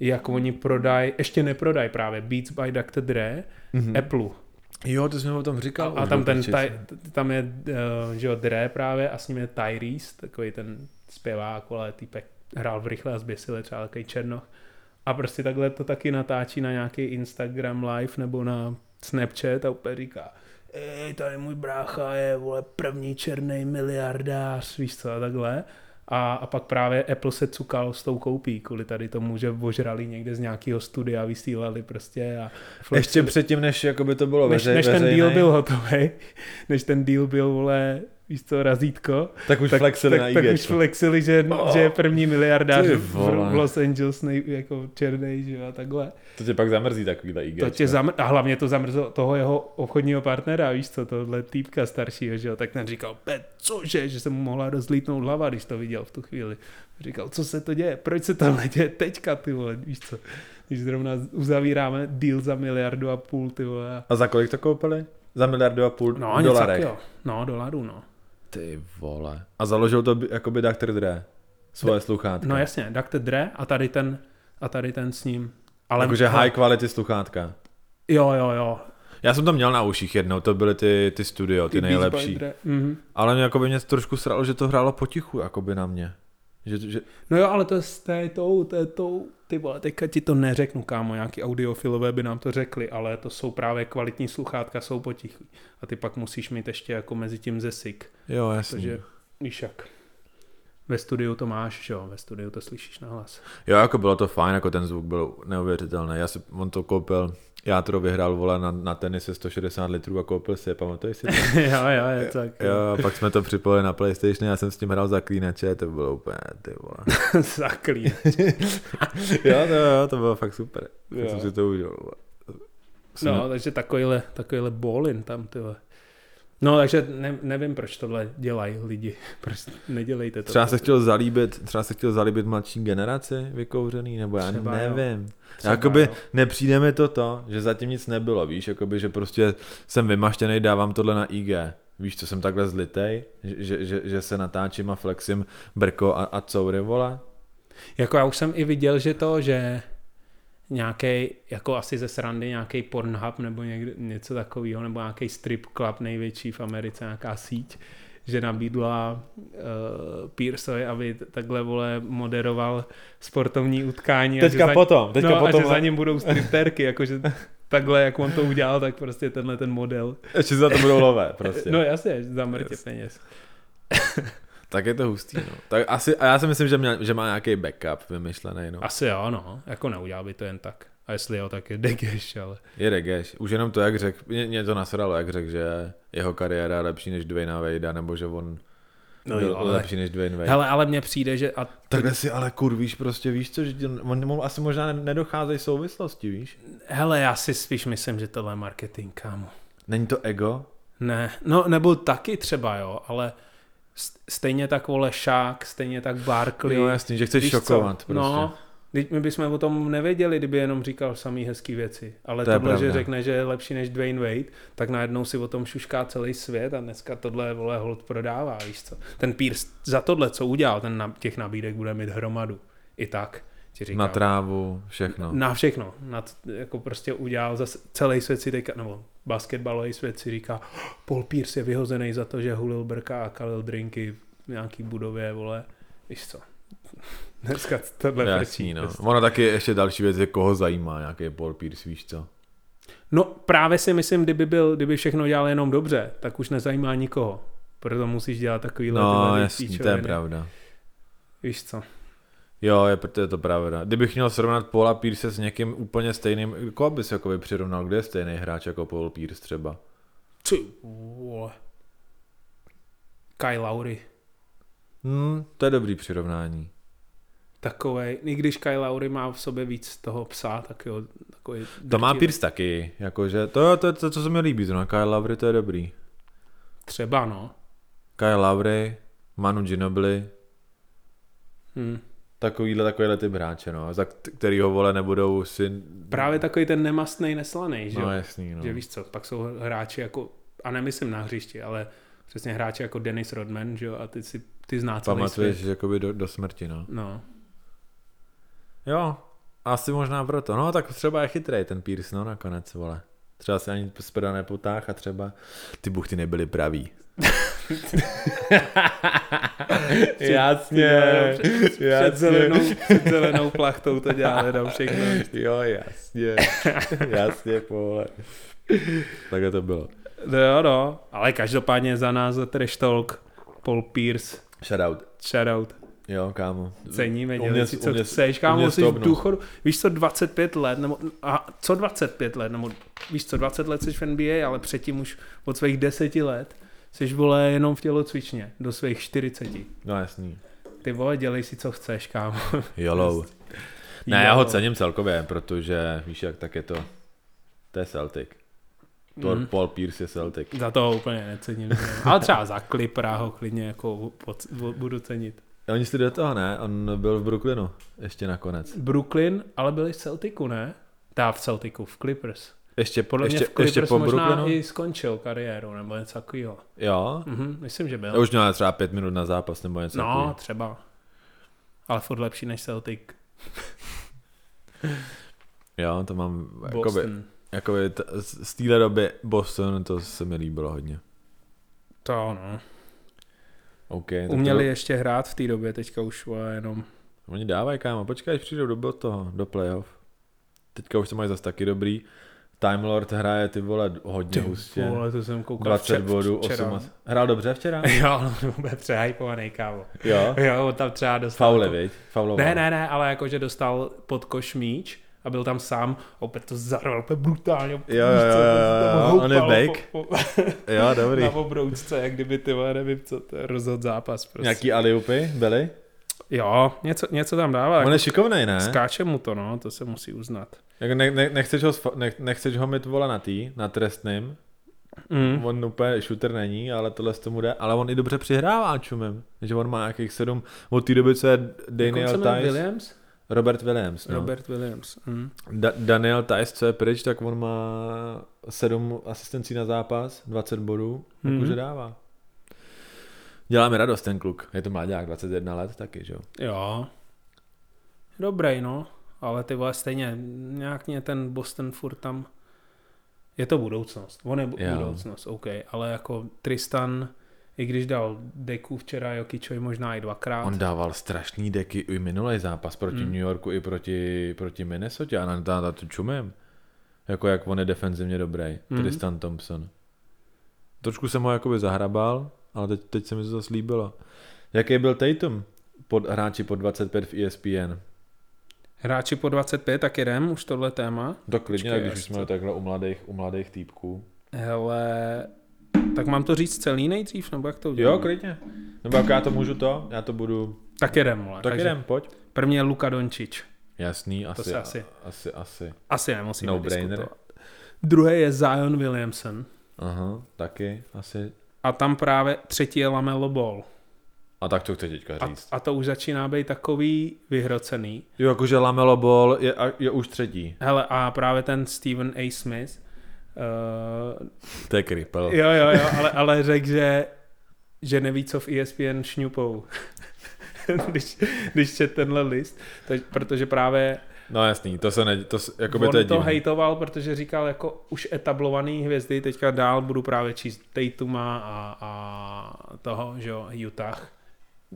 jak oni prodají, ještě neprodají právě Beats by Dr. Dre, Mhm. mm-hmm. Apple. Jo, to jsem o tom říkal. A tam ten, taj, tam je, uh, že jo, Dre právě a s ním je Tyrese, takový ten zpěvák, ale týpek hrál v rychle a zběsile, třeba takový černoch. A prostě takhle to taky natáčí na nějaký Instagram live nebo na Snapchat a úplně říká, Ej, tady můj brácha je, vole, první černý miliardář, víš co, a takhle. A, a pak právě Apple se cukal s tou koupí, kvůli tady tomu, že ožrali někde z nějakého studia, vysílali prostě a Ještě předtím, než jakoby to bylo než, Jako veřej, než ten veřejnej, deal byl hotový, *laughs* než ten deal byl, vole, víš co, razítko, tak už tak, flexili tak, na tak IG. už flexili, že, Oh. oh, že je první miliardář Ty v, vole. v Los Angeles, nej, jako černý, že jo, a takhle. To tě pak zamrzí takovýhle IG. To tě zamr- a hlavně to zamrzlo toho jeho obchodního partnera, víš co, tohle týpka staršího, že jo, tak ten říkal, "Pe, cože, že se mu mohla rozlítnout hlava, když to viděl v tu chvíli. Říkal, co se to děje, proč se tohle děje teďka, ty vole, víš co, když zrovna uzavíráme deal za miliardu a půl, ty vole, a A za kolik to koupili? Za miliardu a půl No, něco dolarek. takového. No, dolarů, no. Ty vole. A založil to by- jakoby Dr. Dre. Svoje sluchátka. No jasně, Dr. Dre a tady ten, a tady ten s ním. Ale, Jakože high quality sluchátka. Jo, jo, jo. Já jsem to měl na uších jednou, to byly ty, ty studio, ty, ty Beats by nejlepší. Dre. Mhm. Ale mě, jakoby, mě trošku sralo, že to hrálo potichu, jakoby na mě. Že, že, No jo, ale to je s té tou, to je tou, ty vole, teďka ti to neřeknu, kámo, nějaký audiofilové by nám to řekli, ale to jsou právě kvalitní sluchátka, jsou potichu. A ty pak musíš mít ještě jako mezi tím zesik, jo, jasně. takže víš jak. Ve studiu to máš, že jo, ve studiu to slyšíš na hlas. Jo, jako bylo to fajn, jako ten zvuk byl neuvěřitelný. Já si, on to koupil, já to vyhrál, vole, na, na tenise 160 litrů a koupil si je, pamatuješ *laughs* si to? *laughs* jo, jo, je to tak. *laughs* Jo, a pak jsme to připojili na Playstation, já jsem s tím hrál zaklínače, to bylo úplně, ty vole. Zaklí. jo, to, jo, to bylo fakt super. Jo. Já jsem si to užil. vole. Jsme- No, takže takovýhle, takovýhle bolin tam, ty vole. No, takže ne, nevím, proč tohle dělají lidi. *laughs* Proč nedělejte to. Třeba se chtěl zalíbit, třeba se chtěl zalíbit mladší generaci vykouřený, nebo já Třeba třeba jo. nevím. Třeba, no. Třeba jakoby jo. jo. nepřijde mi to to, že zatím nic nebylo, víš, jakoby, že prostě jsem vymaštěný, dávám tohle na IG. Víš, co jsem takhle zlitej, že, že, že, že se natáčím a flexím brko a, a coury, vole. Jako já už jsem i viděl, že to, že nějaký, jako asi ze srandy, nějaký Pornhub nebo někde, něco takového, nebo nějaký strip club největší v Americe, nějaká síť, že nabídla uh, Pearsovi, aby t- takhle vole moderoval sportovní utkání. a že za, potom, no, a že *laughs* za ním budou stripterky, jakože takhle, jak on to udělal, tak prostě tenhle ten model. Ještě za to budou lové, prostě. *laughs* No jasně, za mrtě peněz. Tak je to hustý, no. Tak asi, a já si myslím, že, měl, že má nějaký backup vymyšlený, no. Asi jo, no, jako neudělal by to jen tak. A jestli jo, tak je degeš, ale Je regeš. Už jenom to, jak řekl, mě, mě to nasralo, jak řekl, že jeho kariéra je lepší než Dwayna Vadea, nebo že on No no, jo, byl ale- ale... lepší než Dwayne Wade. Hele, ale mně přijde, že a Takhle si ale kurvíš prostě, víš co, že ti- on, on, asi možná ne- nedocházejí souvislosti, víš? Hele, já si spíš myslím, že tohle je marketing, kámo. Není to ego? Ne, no nebo taky třeba, jo, ale s- stejně tak vole Šák, stejně tak Barkley. No jasný, že chceš Víš co? šokovat prostě. No, teď my bychom o tom nevěděli, kdyby jenom říkal samý hezký věci. Ale To to je tohle, že pravda. řekne, že je lepší než Dwayne Wade, tak najednou si o tom šušká celý svět a dneska tohle vole hold prodává, víš co. Ten Pierce za tohle, co udělal, ten na, těch nabídek bude mít hromadu. I tak ti říkám. Na trávu, všechno. Na všechno. Na, t- jako prostě udělal zase celý svět si teďka, nebo basketbalový svět si říká, Paul Pierce je vyhozený za to, že hulil brka a kalil drinky v nějaký budově, vole. Víš co? *laughs* Dneska tohle Jasný, frčí no. prostě. Ono taky ještě další věc je, koho zajímá nějaký Paul Pierce, víš co? no právě si myslím, kdyby, byl, kdyby všechno dělal jenom dobře, tak už nezajímá nikoho. Proto musíš dělat takovýhle No tyhle jasný, to je píčoviny. pravda. Víš co? Jo, je, proto je to pravda. Kdybych měl srovnat Paula Pierce s někým úplně stejným, koho bys jakoby přirovnal, kde je stejný hráč jako Paul Pierce třeba? Ty vole. Kyle Lowry. Hmm, to je dobrý přirovnání. takovej, i když Kyle Lowry má v sobě víc toho psa, tak jo, takový... To má drtivý. Pierce taky, jakože, to je to, to, co se mi líbí, zrovna Kyle Lowry, to je dobrý. Třeba, no. Kyle Lowry, Manu Ginobili, Hmm. Hm. takovýhle, takovýhle typ hráče, no, za k- který ho vole nebudou si... Právě takový ten nemastný, neslaný, že, No no, jasný, no. že víš co, pak jsou hráči jako, a nemyslím na hřišti, ale přesně hráči jako Dennis Rodman, že jo, a ty si, ty zná celý Pamatuješ svět. jakoby do, do smrti, no. No. Jo, asi možná proto. No tak třeba je chytrej ten Pierce, no nakonec, vole. Třeba se ani z pera nepotáh a třeba ty buchty nebyly pravý. jasně, no, Před zelenou, *laughs* před zelenou plachtou to dělá, tam všechno. Jo, jasně, jasně, vole. Takhle to bylo. No jo, no. Ale každopádně za nás za Trash Talk, Paul Pierce, Shoutout. shoutout. Jo, kámo. ceníme, U dělej mě- si, u co mě- chceš, u kámo, mě jsi v stopnul. důchodu, víš co, 25 let, nebo, a co 25 let, nebo víš co, 20 let jsi v NBA, ale předtím už od svých 10 let jsi vole jenom v tělocvičně, do svých 40. No jasný. Ty vole, dělej si, co chceš, kámo. Jolou. *laughs* Ne, Jo. já ho cením celkově, protože víš jak, tak je to, to je Celtic. To Mhm. Paul Pierce je Celtic. Za toho úplně necením. ale třeba za klipra ho klidně jako pod, budu cenit. Oni šli do toho, ne? On byl v Brooklynu ještě nakonec. Brooklyn, ale byli v Celticu, ne? Tá v Celticu, v Clippers. Ještě, Podle ještě, mě v Clippers ještě po možná Brooklynu? i skončil kariéru, nebo něco takového. Jo. Mhm, myslím, že byl. Já už měl třeba pět minut na zápas nebo něco. No, takového. třeba. Ale furt lepší než Celtic. Jo, to mám, jakoby, Boston. jakoby t- z z téhle doby Boston, to se mi líbilo hodně. To no. OK. tak Uměli To, ještě hrát v té době, teďka už vole, jenom. oni dávají, kámo, počkej, až přijdou do do toho, do playoff. Teďka už to mají zase taky dobrý. Time Lord hraje ty vole hodně hustě. Vole, to jsem koukal 20 včera- bodů, včera. 18. Hrál dobře včera? Jo, no, úplně přehypovaný, kávo. Jo. *laughs* Jo, on tam třeba dostal... Faule, jako- viď? Fauloval. Ne, ne, ne, ale jakože dostal pod koš míč a byl tam sám, opět to zarval, úplně brutálně. jo, jo, jo, jo, on je bejk. Jo, dobrý. Na obroučce, jak kdyby ty vole, nevím, co to je, rozhod zápas prostě. Nějaký aliupy byly? Jo, něco, něco tam dává. On Jako, je šikovnej, ne? Skáče mu to, no, to se musí uznat. Jako ne, ne, nechceš, ho, sfa- ne, nechceš ho mít vole na tý, na trestným. Mm. On úplně shooter není, ale tohle z tomu jde. Ale on i dobře přihrává čumem. Že on má nějakých sedm, od té doby, co je Daniel Tice. Williams? Robert Williams. No. Robert Williams. Mm. Da- Daniel Tice, co je pryč, tak on má sedm asistencí na zápas, 20 bodů, Mhm. jakože dává. Dělá mi radost ten kluk. Je to mláďák, 21 let taky, že jo? Jo. Dobrý, no. Ale ty vole stejně, nějak mě ten Boston furt tam... Je to budoucnost. On je bu- Jo. budoucnost, OK. Ale jako Tristan, i když dal deku včera Jokičovi možná i dvakrát. On dával strašný deky i minulý zápas proti Mm. New Yorku i proti, proti Minnesota a na, na, na to čumem. Jako jak on je defenzivně dobrý, Mm. Tristan Thompson. Trošku jsem ho jakoby zahrabal, ale teď, teď se mi to zase líbilo. Jaký byl Tatum pod hráči pod 25 v E ESPN? Hráči po 25, tak jedem už tohle téma. Tak klidně, Počkej, Počkej, když až už jsme co? takhle u mladých, u mladých týpků. Hele, tak mám to říct celý nejdřív, nebo jak to udělám? Jo, klidně. Nebo jak já to můžu to, já to budu. Tak jedem, vole. Tak Takže jdem, pojď. První je Luka Dončič. Jasný, asi, se asi. asi. asi, asi. Asi nemusíme No-brainer. diskutovat. Druhý je Zion Williamson. Aha, taky, asi. A tam právě třetí je Lamelo Ball. A tak to chci teďka A, říct. a to už začíná být takový vyhrocený. Jo, jakože Lamelo Ball je, a- je už třetí. Hele, a právě ten Stephen A. Smith, uh, To je kripel. jo, jo, jo, ale, ale řekl, že, že neví, co v E ESPN šňupou. *laughs* když, když čet tenhle list, tak, protože právě No jasný, to se ne, to, s- jakoby on to je to divný. hejtoval, protože říkal jako už etablovaný hvězdy, teďka dál budu právě číst Tatuma a, a toho, že jo, Utah,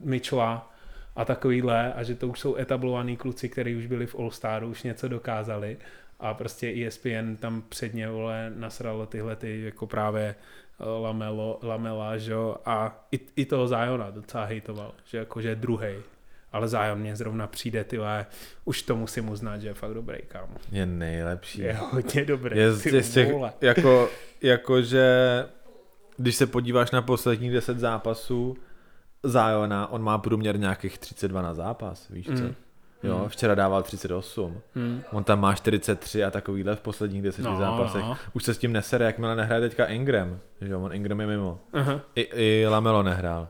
Mitchella a takovýhle a že to už jsou etablovaný kluci, kteří už byli v All-Staru, už něco dokázali a prostě ESPN tam předně vole nasralo tyhle ty jako právě eh, Lamelo, Lamela, že jo, a i, i toho Zajona docela hejtoval, že jakože je druhej. Ale zájem mě zrovna přijde, ty vole, už to musím uznat, že je fakt dobrý, kámo. Je nejlepší. Je hodně dobrý. je z, ty je z těch, vole. *laughs* jako, jakože, když se podíváš na posledních 10 zápasů Zajona, on má průměr nějakých 32 na zápas, víš co? Mm. Jo, včera dával 38. Hmm. On tam má 43 a takovýhle v posledních 10 No, no, zápasech. no. No. Už se s tím nesere, jakmile nehraje teďka Ingram. Že jo, on Ingram je mimo. Aha. I, i Lamelo nehrál.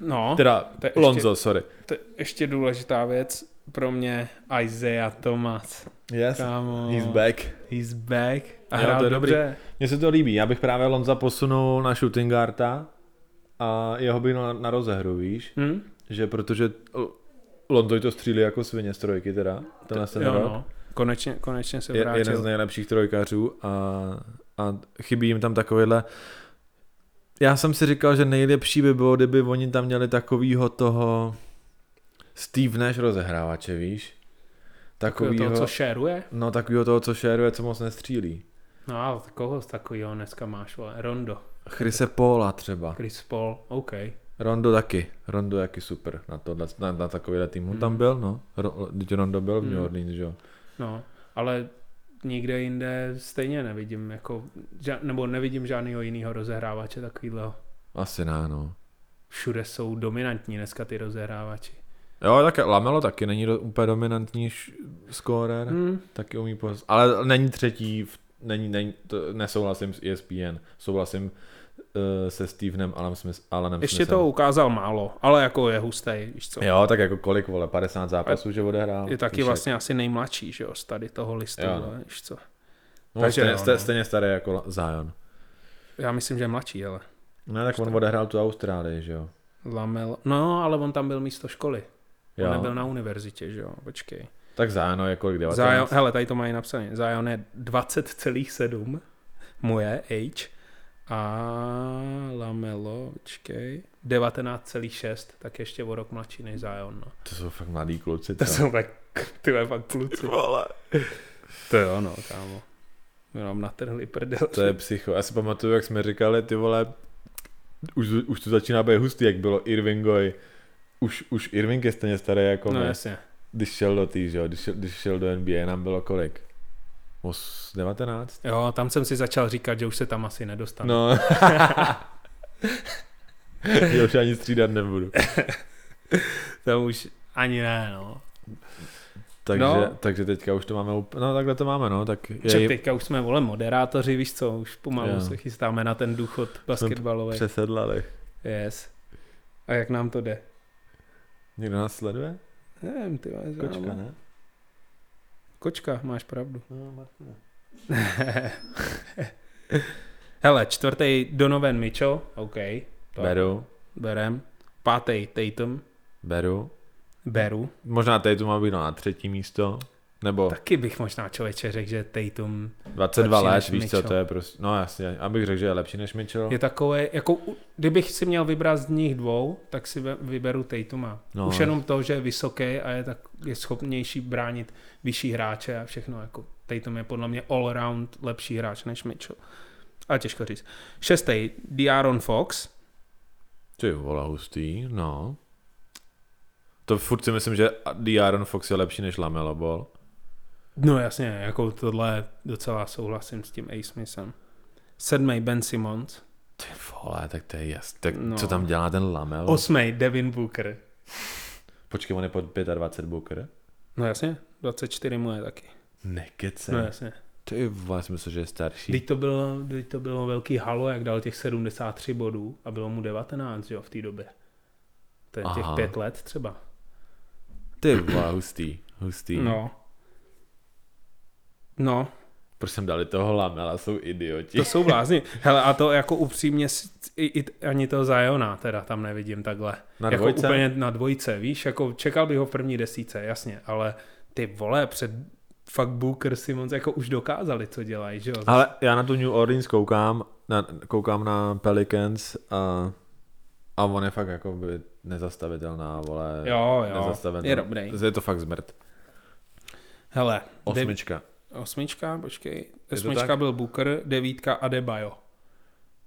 No, teda, Teda to je ještě- Lonzo, sorry. to je ještě důležitá věc pro mě Isaiah Thomas. Yes, Kámo. he's back. He's back. A Jo, hrál to je dobrý. dobře. Mně se to líbí, já bych právě Lonza posunul na shooting guarda a jeho bych na, na rozehru, víš? Hm? Že protože L- Lonzo to střílí jako svině z trojky teda, tenhle ten jo, rok. no. Konečně, konečně se je, jeden z vrátil. nejlepších trojkařů a, a chybí jim tam takovýhle já jsem si říkal, že nejlepší by bylo, kdyby oni tam měli takovýho toho Steve Nash rozehrávače, víš? Takového Takovýho, toho, co šeruje? no takovýho toho, co šeruje, co moc nestřílí. No ale koho z takového dneska máš, vole? Rondo, Chrise Paula třeba. Chris Paul, OK. Rondo taky. Rondo taky super na, tohle, na, na takovýhle týmu. Hmm. Tam Mm. byl, no. Ro, teď Rondo byl v New Hmm. Orleans, že jo. No, ale nikde jinde stejně nevidím, jako, ža- nebo nevidím žádného jiného rozehrávače takového. Asi ne, no. Všude jsou dominantní dneska ty rozehrávači. Jo, tak Lamelo taky není do, úplně dominantní š- scorer. Hmm. Hmm. Taky umí poz... Ale není třetí, v, není, není, to, nesouhlasím s ESPN. Souhlasím uh, se Stevenem Alan Smith, Alanem Ještě Smithem. to ukázal málo, ale jako je hustý, víš co. Jo, tak jako kolik, vole, 50 zápasů, že odehrál. Je taky Píše. vlastně asi nejmladší, že jo, z tady toho listu, Jo, ale víš co. No, takže takže jo, stejně, ste, no. stejně starý jako La- Zion. Já myslím, že je mladší, ale. No, tak on odehrál tu Austrálii, že jo. Lamel. No, ale on tam byl místo školy. On Jo. nebyl na univerzitě, že jo, počkej. Tak Zion je kolik, 19? Zion, hele, tady to mají napsané. Zion je 20,7, moje, age. A Lamelo, počkej, 19,6, tak ještě o rok mladší než Zion, no. To jsou fakt mladí kluci. To co? jsou tak, ty vole, fakt kluci. Vole. To jo, no, kámo. Jenom natrhli prdel. No, To je psycho. Já si pamatuju, jak jsme říkali, ty vole, už, už to začíná být hustý, jak bylo Irvingoj. Už, už Irving je stejně starý jako No no, jasně. Když šel do tý, že jo, když, šel- když šel do NBA, nám bylo kolik? Os, *laughs* 19? Jo, tam jsem si začal říkat, že už se tam asi nedostanu. *laughs* No. Já už ani střídat nebudu. To už ani ne, no. Takže, No. no. takže teďka už to máme úplně, no takhle to máme, no, tak Čak jej teďka už jsme, vole, moderátoři, víš co, už pomalu Jo. se chystáme na ten důchod basketbalový. Přes... přesedlali. Yes. A jak nám to jde? Někdo nás sleduje? Nevím, ty vole, Kočka, známo. ne? Kočka, máš pravdu. No, Martina. *laughs* Hele, čtvrtý Donovan Mitchell, OK, to Beru, berem. Pátý Tatum, beru. beru. Možná tady tu má být na třetí místo, nebo Taky bych možná člověče řekl, že Tatum 22 Lepší let, než víš co, Mitchell. to je prostě, no jasně, abych řekl, že je lepší než Mitchell. je takové, jako u- kdybych si měl vybrat z nich dvou, tak si ve- vyberu Tatuma. No, No. Už jenom to, že je vysoký a je, tak, je schopnější bránit vyšší hráče a všechno. Jako Tatum je podle mě all-round lepší hráč než Mitchell. Ale těžko říct. Šestý, Diaron Fox. Ty vole, hustý, no. To furt si myslím, že Diaron Fox je lepší než Lamelo Ball. No jasně, jako tohle docela souhlasím s tím A. Smithem. Sedmý, Ben Simmons. Ty vole, tak to je jasný. Tak No. no. co tam dělá ten Lamelo? Os... Osmý, Devin Booker. Počkej, on je pod 25 Booker? No jasně, 24 mu je taky. Nekece. No Ne. jasně. Ty vole, já si myslím, že je starší. Teď to, bylo, teď to bylo velký halo, jak dal těch 73 bodů a bylo mu 19, že jo, v té době. To je těch Aha. pět let třeba. Ty vole, hustý, hustý. No. No. No, Proč jsem dali toho Lamela, jsou idioti. to jsou blázni. Hele, a to jako upřímně s- i, i, ani toho Zajona teda tam nevidím takhle. Na jako dvojce? úplně na dvojce, víš, jako čekal bych ho v první desíce, jasně, ale ty vole, před fakt Booker Simons jako už dokázali, co dělají, že jo. Ale já na tu New Orleans koukám, na, koukám na Pelicans a, a on je fakt jako by nezastavitelná, vole. Jo, jo, nezastavitelná. je dobrý. Je to fakt zmrt. Hele, devi- Osmička. Osmička, počkej. to Osmička tak? byl Booker, devítka Adebayo.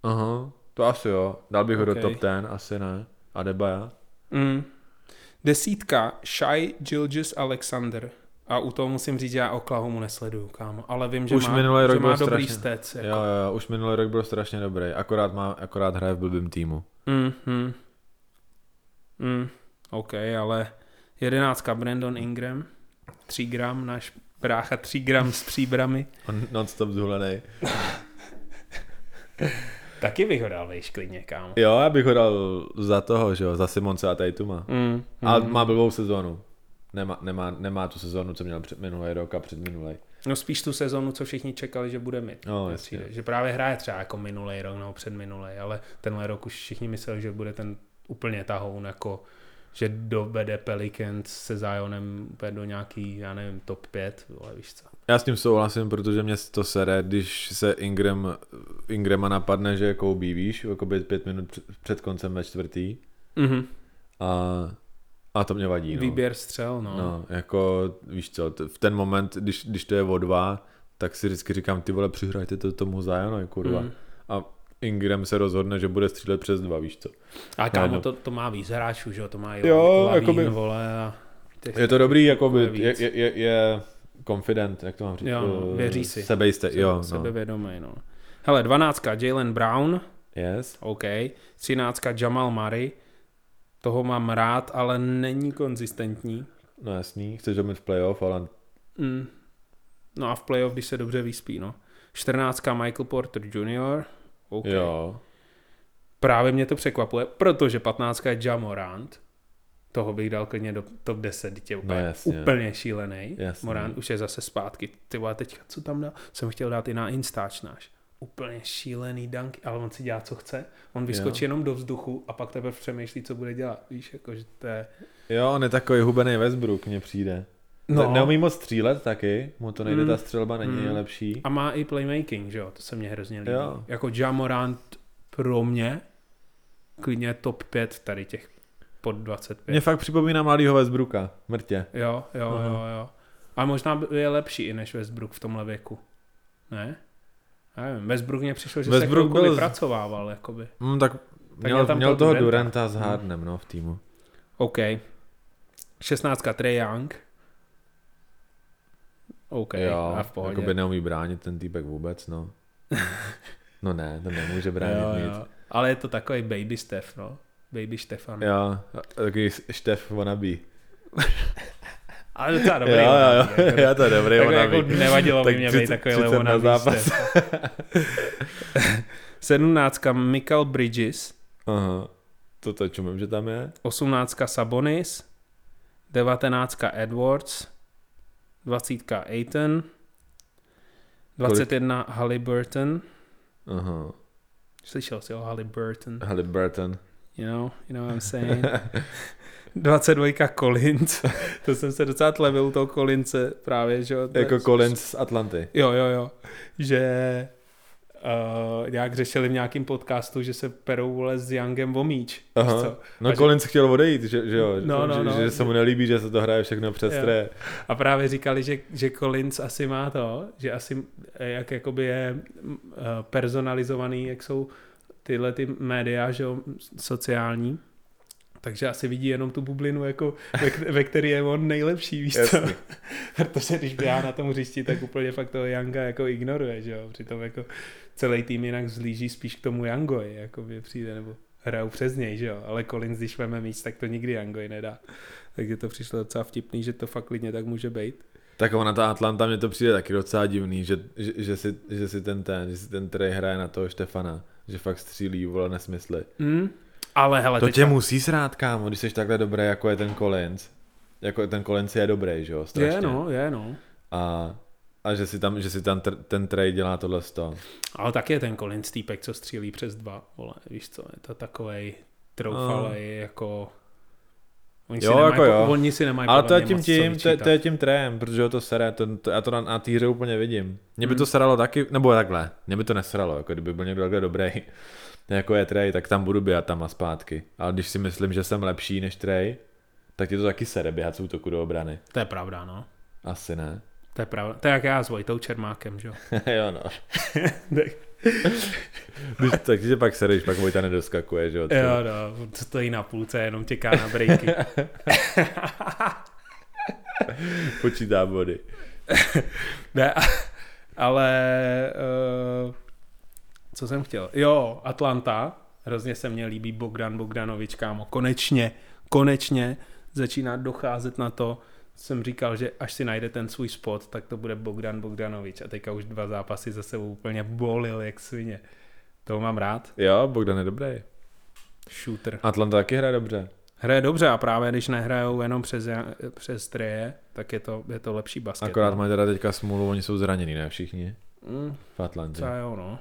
Aha, to asi jo. Dal bych ho Okej. do top 10, asi ne. Adebaja. Mm. Desítka Shai Gilgis Alexander. A u toho musím říct, já Oklahomu nesleduju, kámo. Ale vím, že Už má, minulý že rok má byl dobrý jako. strašně. stec. Jo, jo, jo, už minulý rok byl strašně dobrý. Akorát, má, akorát hraje v blbým týmu. Mm-hmm. Mm. OK, ale jedenáctka Brandon Ingram. 3 gram, náš brácha 3 gram s příbrami. On non-stop zhulenej. Taky bych ho dal vejš klidně, kámo. Jo, já bych ho dal za toho, že jo, za Simonce a Tatuma. Mm. Mm. A má blbou sezónu. Nemá, nemá, nemá tu sezónu, co měl před minulý rok a před minulý. No spíš tu sezonu, co všichni čekali, že bude mít. No, Mně jasně. Že právě hraje třeba jako minulý rok nebo předminulý, ale tenhle rok už všichni mysleli, že bude ten úplně tahoun, jako že dovede Pelicans se Zionem úplně do nějaký, já nevím, top 5, ale víš co. Já s tím souhlasím, protože mě to sere, když se Ingram, Ingrama napadne, že jako víš, jako by pět minut před- před koncem ve čtvrtý Mhm. Mm-hmm. a, a to mě vadí. No. Výběr střel, no. no. No, jako víš co, t- v ten moment, když, když to je o dva, tak si vždycky říkám, ty vole, přihrajte to tomu Zionovi, kurva. Mm. Mm. A Ingram se rozhodne, že bude střílet přes dva, víš co. A kámo, no. to, to má víc hráčů, že jo, to má i Jo, Lavín, jakoby- vole, a těch, Je to dobrý, jako To je by, víc. je, je, je, je confident, jak to mám říct? Jo, no, Eh, věří si. Sebejste, jo. No. sebevědomý, no. Hele, 12. Jalen Brown, Yes. OK. 13. Jamal Murray. Toho mám rád, ale není konzistentní. No jasný, chceš domit v playoff, ale Mm. No a v playoff, když se dobře vyspí, no. 14. Michael Porter Jr. OK. okay. jo. Právě mě to překvapuje, protože 15. je Jamorant. Toho bych dal klidně do top 10, dítě úplně, No no, jasně. úplně šílený. Jasně. Morant už je zase zpátky. Ty vole, teďka co tam dal? Jsem chtěl dát i na Instač náš. Úplně šílený dunk, ale on si dělá, co chce. On vyskočí jo. Jo. jenom do vzduchu a pak teprve přemýšlí, co bude dělat. Víš, jako, že to je... Jo, on je takový hubený Westbrook, mně přijde. No. No. Te, neumí moc střílet taky, mu to nejde, Mm. mm. ta střelba není Mm. mm. nejlepší. A má i playmaking, že jo, to se mně hrozně líbí. Jo. Jo. Jako Jamorant pro mě klidně top 5 tady těch pod 25. Mě fakt připomíná mladýho Westbrooka, mrtě. Jo, jo, Aha. jo, jo. A možná by- je lepší i než Westbrook v tomhle věku. Ne? Já nevím, Westbrook mě přišlo, že Westbrook Westbrook se jako byl z- vypracovával, jakoby. Mm, tak měl, tam měl toho toho Duranta. Duranta s Hardnem, no, v týmu. OK. 16. Trae Young. OK, jo, a v pohodě. Jakoby neumí bránit ten týpek vůbec, *laughs* no. No ne, to nemůže bránit jo, nic. Jo. Ale je to takový baby Stef, no. Baby Stefan. Jo. Jo, takový Štef wannabe. Ale docela dobrý. jo, jo, on, jo, jako. já to je dobrý Takhle wannabe. jako nevadilo by Tak mě 30 být takový 30 na Leona zápas. *laughs* Sedmnáctka Michael Bridges, Aha, to to čumím, že tam je. osmnáctka Sabonis, devatenáctka Edwards, dvacítka Aiton, 21 Halliburton, Mhm. Aha, slyšel jsi o Halliburton, Halliburton. you know, you know what *laughs* I'm saying. 22 Collins, *laughs* to jsem se docela tlevil u toho Collinse právě, že jo. To je- Jako Collins z Atlanty. Jo, jo, jo. Že uh, nějak řešili v nějakém podcastu, že se perou vole s Youngem o míč. víš Aha. co? No A že- Collins chtěl odejít, že, že jo, No, no, že, no. že se mu nelíbí, že se to hraje všechno přes Jo. tré. A právě říkali, že, že Collins asi má to, že asi eh, jak jakoby je mm, eh, personalizovaný, jak jsou tyhle ty média, že jo, sociální, takže asi vidí jenom tu bublinu, jako, ve, k- ve který je on nejlepší, víš co? Jasně. *laughs* Protože když běhá na tom hřišti, tak úplně fakt toho Younga jako ignoruje, že jo? Přitom jako celý tým jinak zlíží spíš k tomu Youngovi, jako by přijde, nebo hrajou přes něj, že jo? Ale Collins, když veme míč, tak to nikdy Youngovi nedá. Takže to přišlo docela vtipný, že to fakt klidně tak může být. Tak ona ta Atlanta, mně to přijde taky docela divný, že, že, že, si, že si ten ten, že si ten Trey hraje na toho Štefana, že fakt střílí, vole, nesmysly. Mm. Ale hele, To teď tě musí srát, kámo, když jsi takhle dobrý, jako je ten Collins. Jako ten Collins je dobrý, že jo, strašně. je, no, je, no. A, a že si tam, že si tam tr- ten Trey dělá tohle z toho. Ale tak je ten Collins týpek, co střílí přes dva, vole, víš co, je to takovej troufalej, jako... Oni No. Jo, si nemají, jako po- jo. Oni si nemají Ale podle to je mě tím moc tím, co to, je- vyčítat. to je tím Treyem, protože ho to sere, to, to, já to na, na té hře úplně vidím. Mě by Hmm. to sralo taky, nebo takhle, mě by to nesralo, jako kdyby byl někdo takhle dobrý, *laughs* jako je Trey, tak tam budu běhat tam a zpátky. Ale když si myslím, že jsem lepší než Trey, tak tě to taky sere běhat z útoku do obrany. to je pravda, no. Asi ne. To je pravda. To je jak já s Vojtou *laughs* Čermákem, že *laughs* jo. jo no. Když, takže pak sereš, pak Vojta nedoskakuje, že jo. třeba. jo, no, to stojí na půlce, jenom těká na brejky. *laughs* Počítá body. ne, *laughs* ale... Uh, co jsem chtěl? Jo, Atlanta. Hrozně se mně líbí Bogdan Bogdanovič, kámo. Konečně, konečně začíná docházet na to, jsem říkal, že až si najde ten svůj spot, tak to bude Bogdan Bogdanovič. A teďka už dva zápasy za sebou úplně bolil jak svině. To mám rád. Jo, Bogdan je dobrý. Shooter. Atlanta taky hraje dobře. Hraje dobře a právě když nehrajou jenom přes, eh, přes treje, tak je to, je to lepší basket. Akorát no. mají teda teďka smůlu, oni jsou zranění, ne všichni? Mm, V Atlantě. třeba jo, no.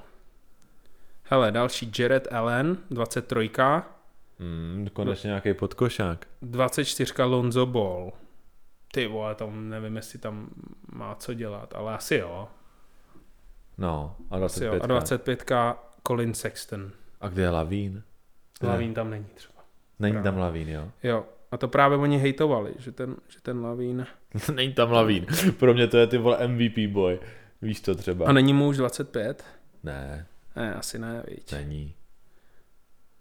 Hele, další Jared Allen, 23, Mm, konečně nějaký podkošák. 24 Lonzo Ball. Ty vole, tam nevím, jestli tam má co dělat, ale asi jo. No, a Asi jo. 25. A 25 Colin Sexton. a kde je Lavín? Ne. Lavín tam není třeba. Není Právě. tam Lavín, jo? *laughs* Jo, a to právě oni hejtovali, že ten, že ten Lavín... Není tam Lavín. Pro mě to je ty vole MVP boy. Víš to třeba? A není mu už 25? Ne, Ne, asi ne, viď. není.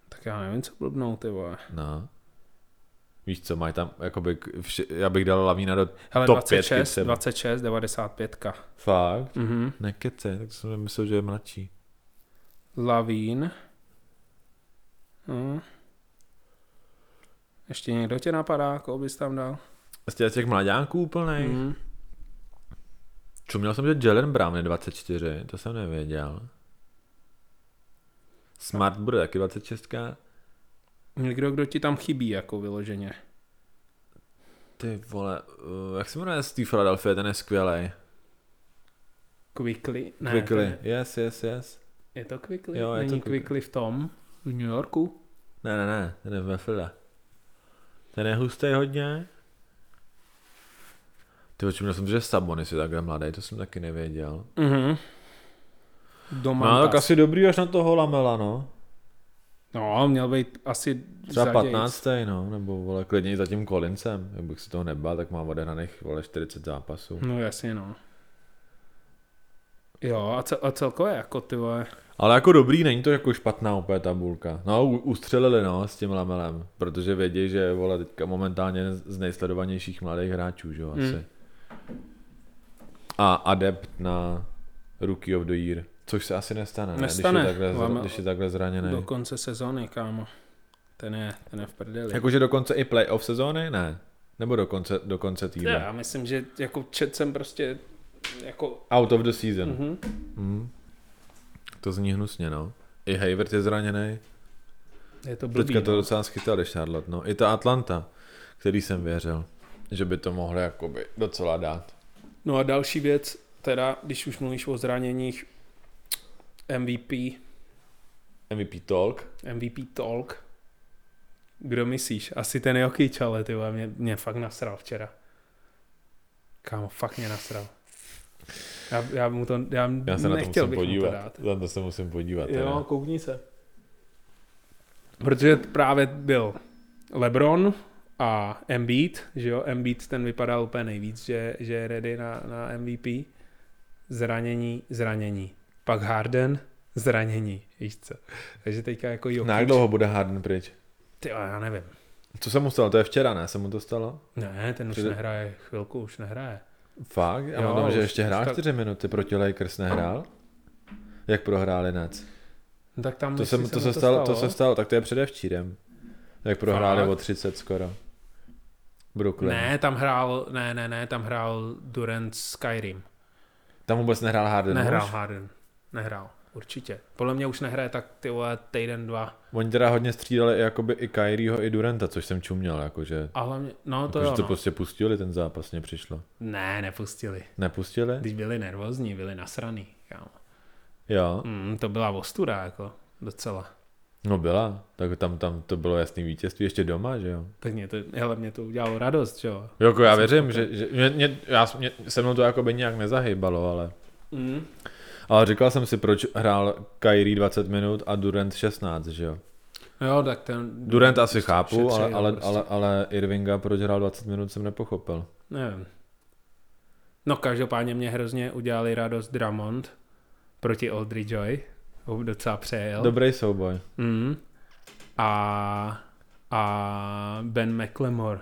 Tak já nevím, co blbnou, ty vole. No. Víš co, mají tam, jakoby, k- vše, já bych dal Lavína do... Hele, Top 26, pětky třeba. 26, 95. Fakt? Mhm. Nekece, tak jsem myslel, že je mladší. Lavín. No. Ještě někdo tě napadá, koho bys tam dal? Z těch- těch mladáků úplnej. Mm. Mhm. Čuměl jsem, že Jalen Brown je 24, to jsem nevěděl. Smart bude taky 26. Někdo, kdo ti tam chybí, jako vyloženě. Ty vole, uh, jak se jmenuje z té Philadelphia, ten je skvělej. Quickly? Ne, Quickly. to je- Yes, yes, yes. Je to Quickly? Jo, je Není to Quickly. Quickly. v tom? V New Yorku? Ne, ne, ne, ten je ve Fila. Ten je hustý hodně. Ty oči, měl jsem, že Sabonis je takhle mladý, to jsem taky nevěděl. Mhm. No, Doma. tak asi dobrý až na toho Lamela, no. no, měl být asi Třeba zadějc. 15. no, nebo vole, klidně i za tím Collinsem. Jak bych si toho nebál, tak mám odehraných, vole, 40 zápasů. No jasně, no. Jo, a, cel, a celkově jako ty vole. Ale jako dobrý, není to jako špatná úplně tabulka. No, u- ustřelili no s tím Lamelem, protože vědí, že vole teďka momentálně jeden z nejsledovanějších mladých hráčů, že jo, asi. Mm. A adept na Rookie of the Year, což se asi nestane, ne? Nestane. Když, je takhle, Lamel- Lamel... když je takhle zraněný. Do Doko... konce sezóny, kámo. Ten je, ten je v prdeli. Jakože dokonce i playoff sezóny? Ne. Nebo dokonce, dokonce týdne. já myslím, že jako čet jsem prostě jako... Out of the season. Mm. Mhm. Mm. To zní hnusně, no. I Hayward je zraněný. Je to blbý. Teďka to no. docela schytali Charlotte, no. I ta Atlanta, který jsem věřil, že by to mohlo jakoby docela dát. No a další věc, teda, když už mluvíš o zraněních, MVP, MVP Talk. MVP Talk, kdo myslíš? Asi ten Jokic, ale ty vole, mě, mě fakt nasral včera. Kámo, fakt mě nasral. Já, já mu to, já, Já se na to nechtěl musím bych podívat. mu podívat. to dát. Na to se musím podívat. Jo, teda. koukni se. Protože právě byl LeBron a Embiid, že jo, Embiid ten vypadal úplně nejvíc, že, že je ready na, na MVP. Zranění, zranění. Pak Harden, zranění, víš co. Takže teďka jako Jokic. Na jak dlouho bude Harden pryč? Ty, vole, já nevím. Co se mu stalo? To je včera, ne? Se mu to stalo? Ne, ten už Přede- nehraje chvilku, už nehraje. Fakt? Já Jo, mám tom, že už- ještě už hrál tak- čtyři minuty proti Lakers nehrál? Jak prohráli Nets? No, tak tam To se, jestli to, mu se stalo, to se stalo, tak to je předevčírem. Jak prohráli Fakt? o 30 skoro. Brooklyn. Ne, tam hrál, ne, ne, ne, tam hrál Durant s Skyrim. Tam vůbec nehrál Harden. Nehrál už? Harden. Nehrál, určitě. Podle mě už nehraje tak ty vole týden, dva. Oni teda hodně střídali i jakoby i Kyrieho, i Duranta, což jsem čuměl, jakože. A hlavně, no to To jo, to no. prostě pustili ten zápas, mě přišlo. Ne, nepustili. Nepustili? Když byli nervózní, byli nasraný. Kámo. Jo, Mm, to byla ostuda, jako, docela. no byla. Tak tam, tam to bylo jasný vítězství, ještě doma, že jo. Tak mě to, hele, mě to udělalo radost, jo. Jako já věřím, že, že mě, mě, já, mě, se mnou to jakoby nějak nezahybalo, ale... Mm. Ale říkal jsem si, proč hrál Kyrie 20 minut a Durant 16, že jo. Jo, tak ten... Durant asi chápu, Šetřeji, ale, no, ale, prostě. ale, ale Irvinga, proč hrál 20 minut, jsem nepochopil. Nevím. No každopádně mě hrozně udělali radost Dramond proti Oldry Joy. Ho docela přejel. Dobrý souboj. Mm. A, a Ben McLemore.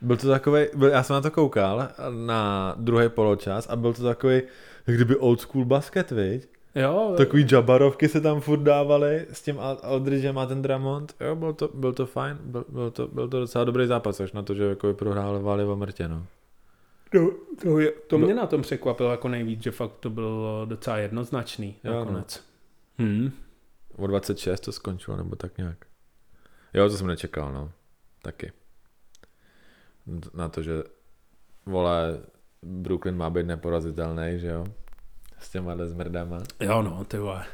Byl to takový, byl, já jsem na to koukal na druhý poločas a byl to takový, jak kdyby old school basket, viď? Jo, Takový džabarovky se tam furt dávaly s tím Al- Aldridgem a ten Dramont. Jo, byl to, byl to fajn, byl, byl, to, byl to docela dobrý zápas, až na to, že jako prohrávali o mrtě, no. to, to, je, to mě na tom překvapilo jako nejvíc, že fakt to bylo docela jednoznačný Jo, no. nakonec. Hmm. O 26 to skončilo, nebo tak nějak. Jo, to jsem nečekal, no. Taky. Na to, že vole, Brooklyn má být neporazitelný, že jo? S těma zmrdama. Jo no, ty vole.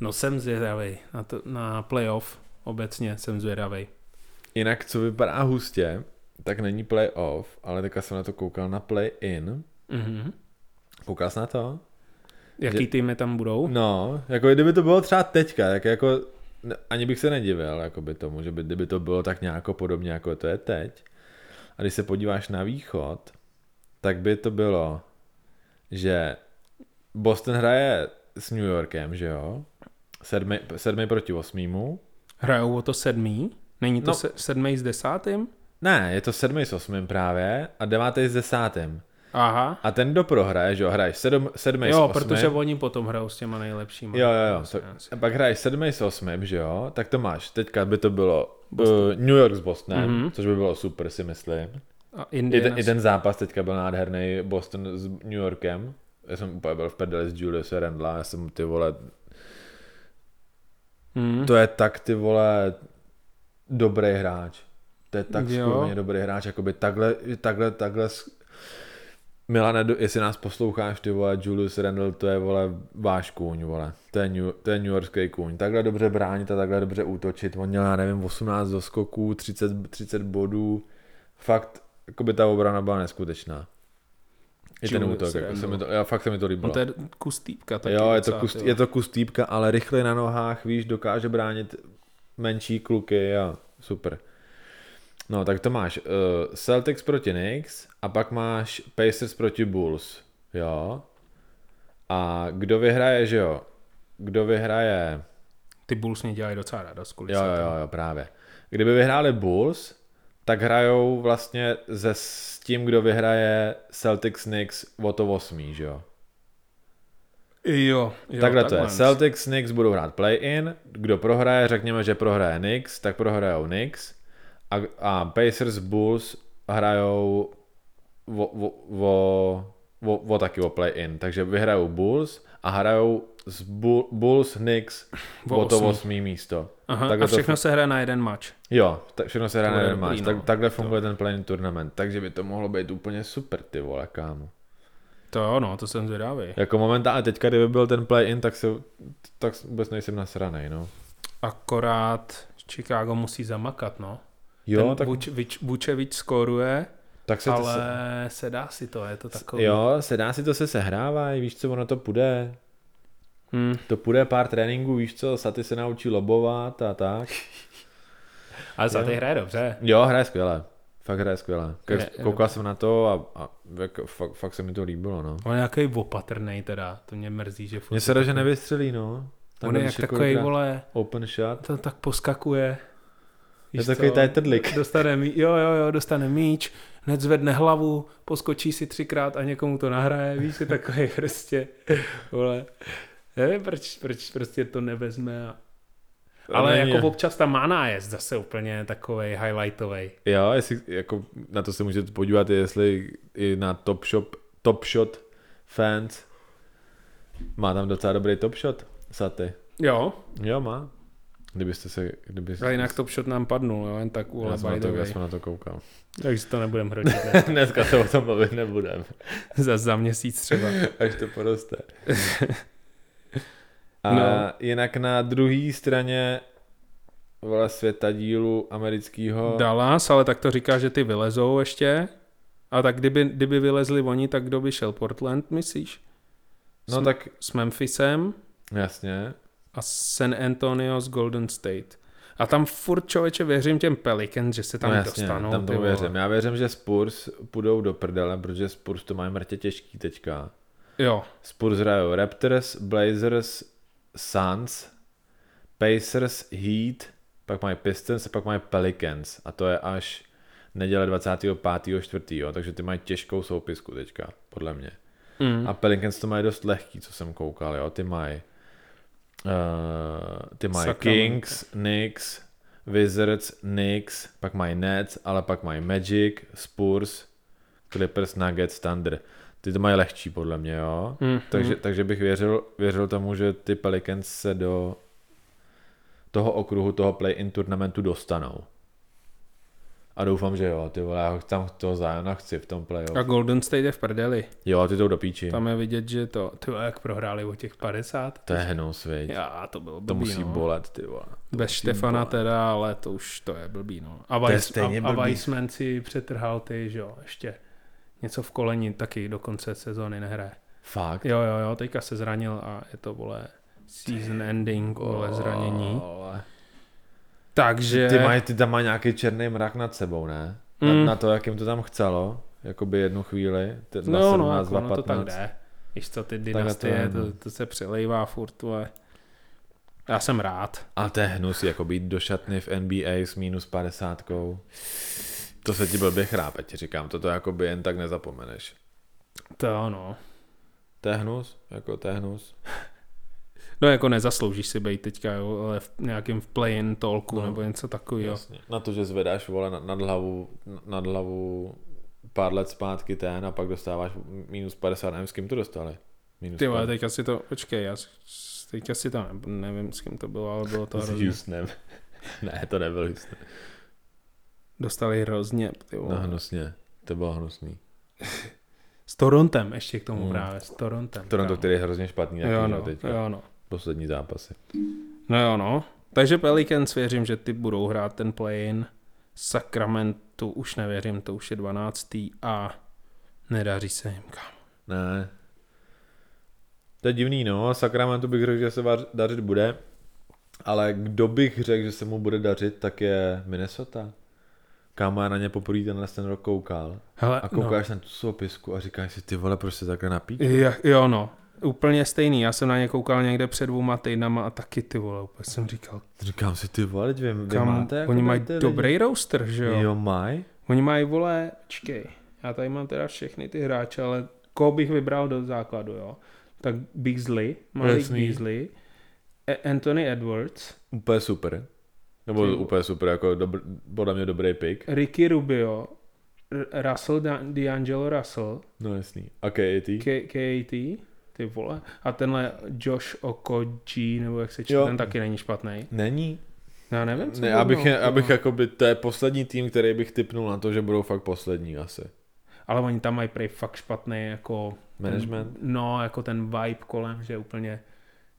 No jsem zvědavý na, to, na playoff obecně jsem zvědavý. Jinak, co vypadá hustě, tak není playoff, ale teďka jsem na to koukal na play-in. Mhm. Koukal jsi na to? Jaký týmy tam budou? No, jako kdyby to bylo třeba teďka, tak jako ne- ani bych se nedivil jakoby tomu, že by, kdyby to bylo tak nějak podobně, jako to je teď. A když se podíváš na východ, tak by to bylo, že Boston hraje s New Yorkem, že jo? Sedmi, sedmi proti osmímu. Hrajou o to sedmý? Není to No. no. se, sedmý s desátým? Ne, je to sedmi s osmým právě a devátý s desátým. Aha. A ten, kdo prohraje, že jo, hraješ sedm, sedmý s Jo, osmi. protože oni potom hrajou s těma nejlepšíma. Jo, jo, jo. Jasně, To- A jasně. pak hraješ sedmý s osmým, že jo? Tak to máš. Teďka by to bylo uh, New York s Bostonem, mm-hmm. což by bylo super, si myslím. A I Mhm. Indiana. ten, I ten zápas teďka byl nádherný Boston s New Yorkem. Já jsem úplně byl v prdeli s Juliusem Randla, já jsem ty vole, Mhm. to je tak ty vole dobrý hráč. To je tak Jo. skurveně dobrý hráč, jakoby takhle, takhle, takhle s- Milane, do- jestli nás posloucháš, ty vole, Julius Randle, to je, vole, váš kůň, vole. To je, New, to je New Yorkský kůň. Takhle dobře bránit a takhle dobře útočit. On měl, já nevím, 18 doskoků, 30, 30 bodů. Fakt, jakoby ta obrana byla neskutečná. I ten Julius útok, jako se Randle. mi to, já, fakt se mi to líbilo. No to je kus týpka taky. Jo, je to, docela, kus, ty je to kus týpka, ale rychle na nohách, víš, dokáže bránit menší kluky a super. No, tak to máš uh, Celtics proti Knicks a pak máš Pacers proti Bulls, jo. A kdo vyhraje, že jo? Kdo vyhraje? Ty Bulls mě dělají docela radost kvůli Jo, Celtics. jo, jo, právě. Kdyby vyhráli Bulls, tak hrajou vlastně se s tím, kdo vyhraje Celtics Knicks o to 8, že jo? jo, jo jo takhle, to je. Celtics Knicks budou hrát play-in, kdo prohraje, řekněme, že prohraje Knicks, tak prohrajou Knicks a, a Pacers Bulls hrajou o, o, o, o, o taky o play-in, takže vyhrajou Bulls a hrajou z Bull, Bulls Knicks *laughs* O o, to osmý. osmý místo. Aha, Takhle a všechno se hraje na jeden mač. Jo, tak všechno se hraje na bude jeden dobrý, match. no. Tak, takhle funguje ten play-in tournament. Takže by to mohlo být úplně super, ty vole, kámo. To jo, no, to jsem zvědavý. Jako momentálně teďka, kdyby byl ten play-in, tak, se, tak vůbec nejsem nasranej, no. Akorát Chicago musí zamakat, no. Jo, Ten tak, Vuč, Vič, Vučevič skoruje, tak se ale to se, se dá si to, je to takový. Jo, se dá si to se sehrávají, víš co, ono to půjde. Hm. To půjde pár tréninků, víš co, Saty se naučí lobovat a tak. Ale za ty hraje dobře. Jo, hraje skvěle. Fakt hraje skvěle. Je- je Ke- Koukal jsem na to a, a jako, fakt, fakt, se mi to líbilo, no. On je nějaký opatrný teda, to mě mrzí, že furt... Mně se dá, že nevystřelí, no. On je když jak takový, kolikrát vole, Open shot. to tak poskakuje. Je Víš takový co? tady trdlik. Dostane míč, jo, jo, jo, dostane míč, hned zvedne hlavu, poskočí si třikrát a někomu to nahraje, víš, je takový prostě, vole. Nevím, proč, proč prostě to nevezme. A... Ale Není. jako občas ta má nájezd zase úplně takovej highlightovej. Jo, jestli, jako, na to se můžete podívat, jestli i na Top Shop, Top Shot fans má tam docela dobrý Top Shot, Saty. Jo, Jo, má. Kdybyste se, kdybyste... a jinak Top Shot nám padnul, jo, jen tak já, vole, jsem na by to, the já way. jsem na to koukal. Takže to nebudem *laughs* hrotit, ne? *laughs* Dneska se o tom bavit nebudem, za, za měsíc třeba. až to poroste. *laughs* A No. no. jinak na druhé straně vole světa dílu amerického Dallas, ale tak to říká, že ty vylezou ještě. A tak kdyby, kdyby vylezli oni, tak kdo by šel? Portland, myslíš? No s, tak S Memphisem jasně. a San Antonio z Golden State. A tam furt člověče věřím těm Pelicans, že se tam no no jasně, dostanou. tam ty to vole. věřím. Já věřím, že Spurs půjdou do prdele, protože Spurs to mají mrtě těžký teďka. Jo, Spurs hrajou Raptors, Blazers, Suns, Pacers, Heat, pak mají Pistons a pak mají Pelicans. A to je až neděle 25. 4. Takže ty mají těžkou soupisku teďka, podle mě. Mm. A Pelicans to mají dost lehký, co jsem koukal, jo. Ty mají uh, ty mají Sacramento. Kings, Knicks, Wizards, Knicks, pak mají Nets, ale pak mají Magic, Spurs, Clippers, Nuggets, Thunder. Ty to mají lehčí podle mě, jo. Mm, Takže, takže bych věřil, věřil tomu, že ty Pelicans se do toho okruhu, toho play-in turnamentu dostanou. A doufám, že jo, ty vole, já ho- tam toho zájemna chci v tom playoff. a Golden State je v prdeli. Jo, ty jdou do píči. Tam je vidět, že to, ty vole, jak prohráli o těch 50. To je hnus, viď. Já, to bylo blbý, To musí no. bolet, ty vole. Bez Štefana teda, ale to už to je blbý, no. A, je Weiss, stejně a, a blbý. Weissman si přetrhal ty, že jo, ještě něco v koleni taky do konce sezóny nehraje. Fakt. Jo, jo, jo, teďka se zranil a je to, vole, season ending, vole, zranění. Vole. Takže, Ty, mají, ty tam mají nějaký černý mrak nad sebou, ne? Na, Mm. na to, jak jim to tam chcelo. Jakoby jednu chvíli. T- no, 17, no, jako, 2, no, to tak 15. jde. Víš co, ty to dynastie, je, to, no. to se přelejvá furt, vole. Já jsem rád. A to je hnus, jako být do šatny v NBA s minus 50. To se ti blbě chrápe, ti říkám. Toto jakoby jen tak nezapomeneš. To ano. To je hnus, jako to je hnus. No jako nezasloužíš si být teďka, jo, ale v nějakým v play-in talku no, nebo něco takového. Jasně. Na to, že zvedáš vole na- nad hlavu, nad hlavu pár let zpátky ten a pak dostáváš minus 50, nevím, s kým to dostali. Minus Ty vole, 50. teďka si to, počkej, já s- teďka si to, ne- nevím s kým to bylo, ale bylo to S hrozně. Houstonem. *laughs* ne, to nebyl Houston. Dostali hrozně, ty No vole. hnusně, to bylo hnusný. S Torontem ještě k tomu Mm. právě, s Torontem. Toronto, kámo. který je hrozně špatný, jaký jo, jo, no, teďka. jo, no. Poslední zápasy. No jo, no. Takže Pelicans věřím, že ty budou hrát ten play-in. Sacramento už nevěřím, to už je 12. a nedaří se jim, kámo. Ne. To je divný, no. Sacramento bych řekl, že se va- dařit bude. Ale kdo bych řekl, že se mu bude dařit, tak je Minnesota. Kámo, já na ně poprvé tenhle ten rok koukal. Hele, A no. koukáš no. na tu soupisku a říkáš si, ty vole, proč se takhle napít? Ja- Jo, no. Úplně stejný, já jsem na ně koukal někde před dvěma týdnama a taky ty vole, úplně jsem říkal, Říkám si, ty vole, vy, vy kam, máte jako oni tady mají ty lidi? dobrý roster, že jo? Jo, maj. Oni mají, vole, čkej, já tady mám teda všechny ty hráče, ale koho bych vybral do základu, jo? Tak Beasley, Malik Jasný. Beasley, E- Anthony Edwards, Úplně super. Nebo Ty- úplně super, jako dobr, podle mě dobrý pick. Ricky Rubio, R- Russell, Da- D'Angelo Russell, No jasný. A KAT? K- KAT, ty vole, a tenhle Josh Okoji, nebo jak se čte, Jo. ten taky není špatný. Není. Já nevím, co no. Ne, budou, abych, ty je, abych vole. jakoby, to je poslední tým, který bych typnul na to, že budou fakt poslední asi. Ale oni tam mají prej fakt špatný jako... Management? Ten, no, jako ten vibe kolem, že je úplně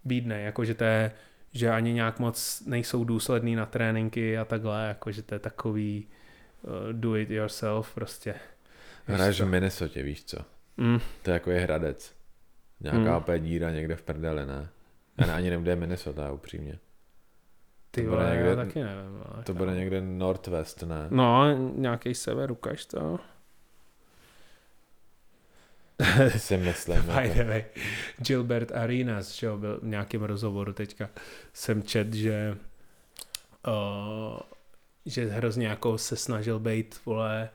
bídnej, jako že to je, že ani nějak moc nejsou důsledný na tréninky a takhle, jako že to je takový uh, do it yourself prostě. Hraješ v Minnesota, víš co? Mm, To je jako je Hradec. Nějaká hmm. díra někde v prdeli, ne? Já ne- ani nevím, kde je Minnesota, upřímně. ty To vole, bude někde, já někde- taky nevím. Ale To bude někde Northwest, ne? No, nějaký sever, ukaž to. *laughs* si *laughs* myslím. By Jako. the way, Gilbert Arenas, že jo, byl v nějakém rozhovoru teďka, jsem čet, že uh, že hrozně jako se snažil být, vole,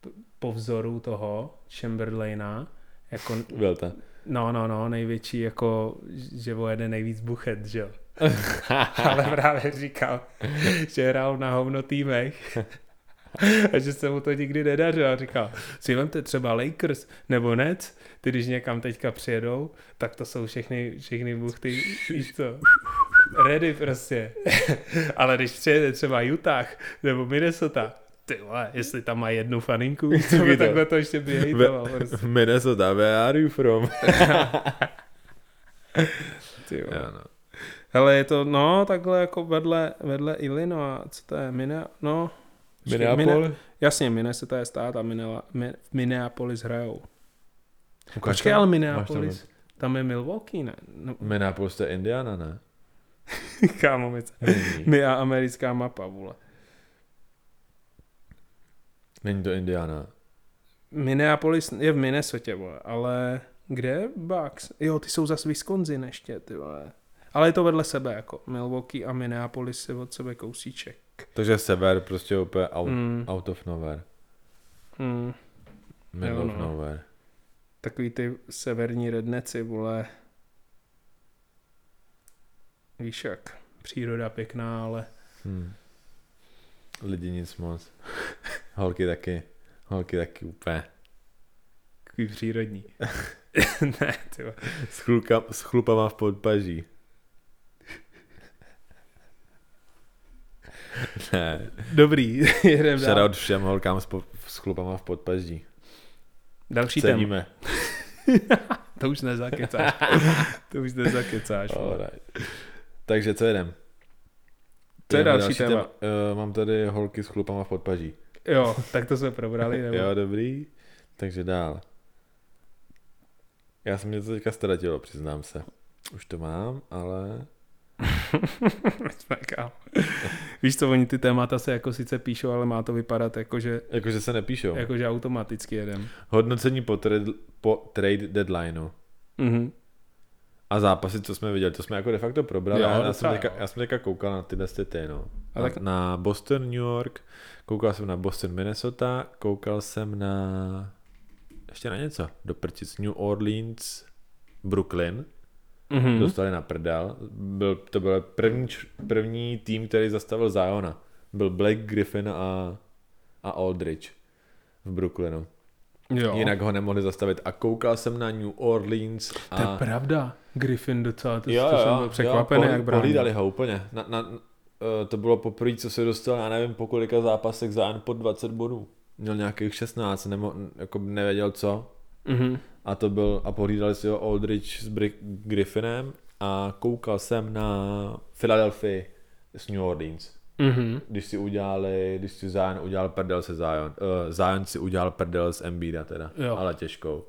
p- po vzoru toho Chamberlaina, jako, Byl to. *laughs* no, no, no, největší, jako, že o jeden nejvíc buchet, že jo. Ale právě říkal, že hrál na hovno týmech a že se mu to nikdy nedařilo. A říkal, si vemte třeba Lakers nebo Nets, ty když někam teďka přijedou, tak to jsou všechny, všechny buchty, víš co? Ready prostě. *laughs* Ale když přijede třeba Utah nebo Minnesota, ty vole, jestli tam má jednu faninku, víš co by Viděl. takhle to ještě běhejtoval. Prostě. Minnesota, where are you *laughs* from? Ty vole. Já, no. Hele, je to, no, takhle jako vedle, vedle Illinois, co to je, Minne, no, počkej, Minne- Minneapolis? Jasně, Minnesota je stát a Minela, Min, v Minneapolis hrajou. Ukaž Počkej, to. ale Máš Minneapolis, tam je Milwaukee, ne? No, Minneapolis to je Indiana, ne? *laughs* kámo, my, Není. my a americká mapa, vole. Není to Indiana. Minneapolis je v Minnesota, vole, ale kde je Bucks? Jo, ty jsou zas Wisconsin ještě, ty vole. Ale je to vedle sebe, jako Milwaukee a Minneapolis je od sebe kousíček. Takže sever prostě úplně out, Mm, out of nowhere. mm. Middle Jo, of no. nowhere. Takový ty severní redneci, vole. Víš jak, příroda pěkná, ale Hmm. Lidi nic moc. *laughs* Holky taky. Holky taky úplně. takový přírodní. *laughs* ne, ty vole. S, chluka, s chlupama v podpaží. *laughs* ne. Dobrý, *laughs* jedem dál. Shoutout všem holkám s, po, s chlupama v podpaží. Další téma. Ceníme. To už nezakecáš. to už nezakecáš. vole. Alright. Takže co jedem? To je Jdeme další téma. Uh, mám tady holky s chlupama v podpaží. Jo, tak to *laughs* jsme probrali. Nebo... *laughs* Jo, dobrý. Takže dál. Já jsem mě to teďka ztratilo, přiznám se. Už to mám, ale... Jsme, kámo. Víš co, oni ty témata se jako sice píšou, ale má to vypadat jako, že, Jakože se nepíšou. jako, že automaticky jedem. Hodnocení po, trade, po trade deadlineu. Mhm. A zápasy, co jsme viděli, to jsme jako de facto probrali. Jo, Já, já, docela jsem, teďka, jo. já jsem teďka koukal na tyhle ty, no. A Na, tak- na Boston, New York, koukal jsem na Boston, Minnesota, koukal jsem na... Ještě na něco. Do prčic. New Orleans, Brooklyn. Mhm. Dostali na prdel. Byl, to byl první, č- první tým, který zastavil Ziona. Byl Blake Griffin a, a Aldridge v Brooklynu. Jo. Jinak ho nemohli zastavit. A koukal jsem na New Orleans a... To je pravda. Griffin docela, to, to jsem byl překvapený, pohlí- jak bránil. Pohlídali ho úplně. Na, na, eh, to bylo poprvé, co se dostal, já nevím, po kolika zápasech za pod 20 bodů. Měl nějakých 16, nebo jako nevěděl co. Mhm. A to byl, a pohlídali si ho Aldridge s Bri- Griffinem a koukal jsem na Philadelphia s New Orleans. Mhm. Když si udělali, když si Zion udělal prdel se Zion, uh, Zion si udělal prdel s Embiida teda, Jo. jo. ale těžkou.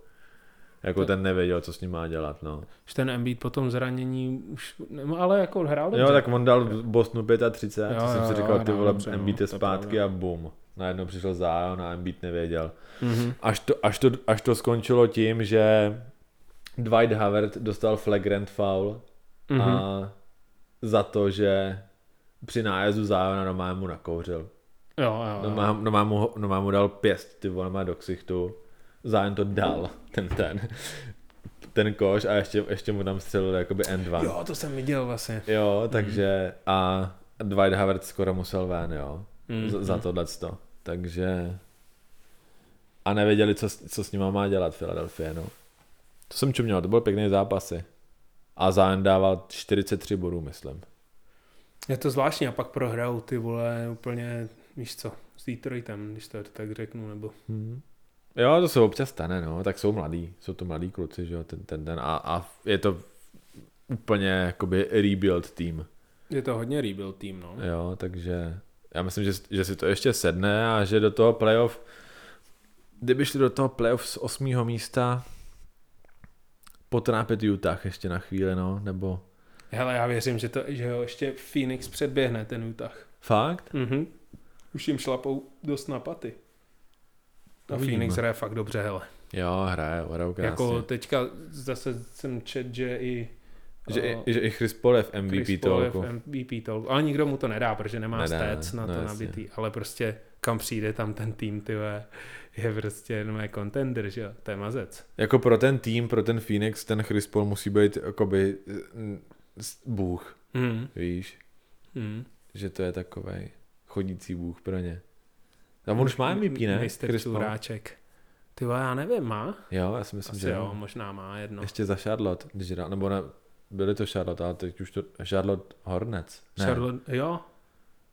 Jako ten nevěděl, co s ním má dělat, no. Že ten Embiid po tom zranění už, no, ale jako hrál dobře. Jo, tak on dal v Bostonu 35 Jo, a to jo, jsem si jo, říkal, ty no, vole, dobře, no, Embiid je to je zpátky pravda. a bum. Najednou přišel Zion a Embiid nevěděl. Mhm. Až to, až to, až to skončilo tím, že Dwight Howard dostal flagrant foul Mhm. a za to, že při nájezdu Zajona Román mu nakouřil. Jo, jo, jo. Román Román mu, Román mu dal pěst, ty vole, má do ksichtu. Zion to dal, ten ten. Ten koš a ještě, ještě mu tam střelil jakoby end one. jo, to jsem viděl vlastně. Jo, takže a Dwight Howard skoro musel ven, jo, Mm. mm. za, za tohleto. Takže a nevěděli, co, s- co s nima má dělat Philadelphia, no. To jsem čuměl, to byl pěkný zápasy. A Zion dával 43 bodů, myslím. Je to zvláštní a pak prohrajou ty vole úplně, víš co, s Detroitem, když to tak řeknu, nebo... Jo, to se občas stane, no, tak jsou mladí, jsou to mladí kluci, že jo, ten, ten, ten a, a je to úplně jakoby rebuild tým. Je to hodně rebuild tým, no. Jo, takže já myslím, že, že si to ještě sedne a že do toho playoff, kdyby šli do toho playoff z osmého místa, potrápit Utah ještě na chvíli, no, nebo Hele, já věřím, že, to, že ho ještě Phoenix předběhne ten útah. fakt? Mhm. Už jim šlapou dost na paty. A Uvidíme. Phoenix hraje fakt dobře, hele. Jo, hraje, hrajou krásně. Jako teďka zase jsem čet, že i že, o, i, že i Chris Paul je v MVP Chris Chris Paul je tolku. v MVP tolku. Ale nikdo mu to nedá, protože nemá nedá, Nedá, stats na no to jasně. nabitý. Ale prostě kam přijde tam ten tým, ty vole, je prostě jenom je contender, že jo? To je mazec. Jako pro ten tým, pro ten Phoenix, ten Chris Paul musí být jakoby mm, s- bůh, Mm. víš, Mm. že to je takovej chodící bůh pro ně. A on už má MVP, ne? Mistr Čuráček. Ty vole, já nevím, má? Jo, já si myslím, Asi že jo, možná má jedno. No. Ještě za Charlotte, když hrál, nebo ne, byly to Charlotte, ale teď už to Charlotte Hornets. Ne, Charlotte, jo.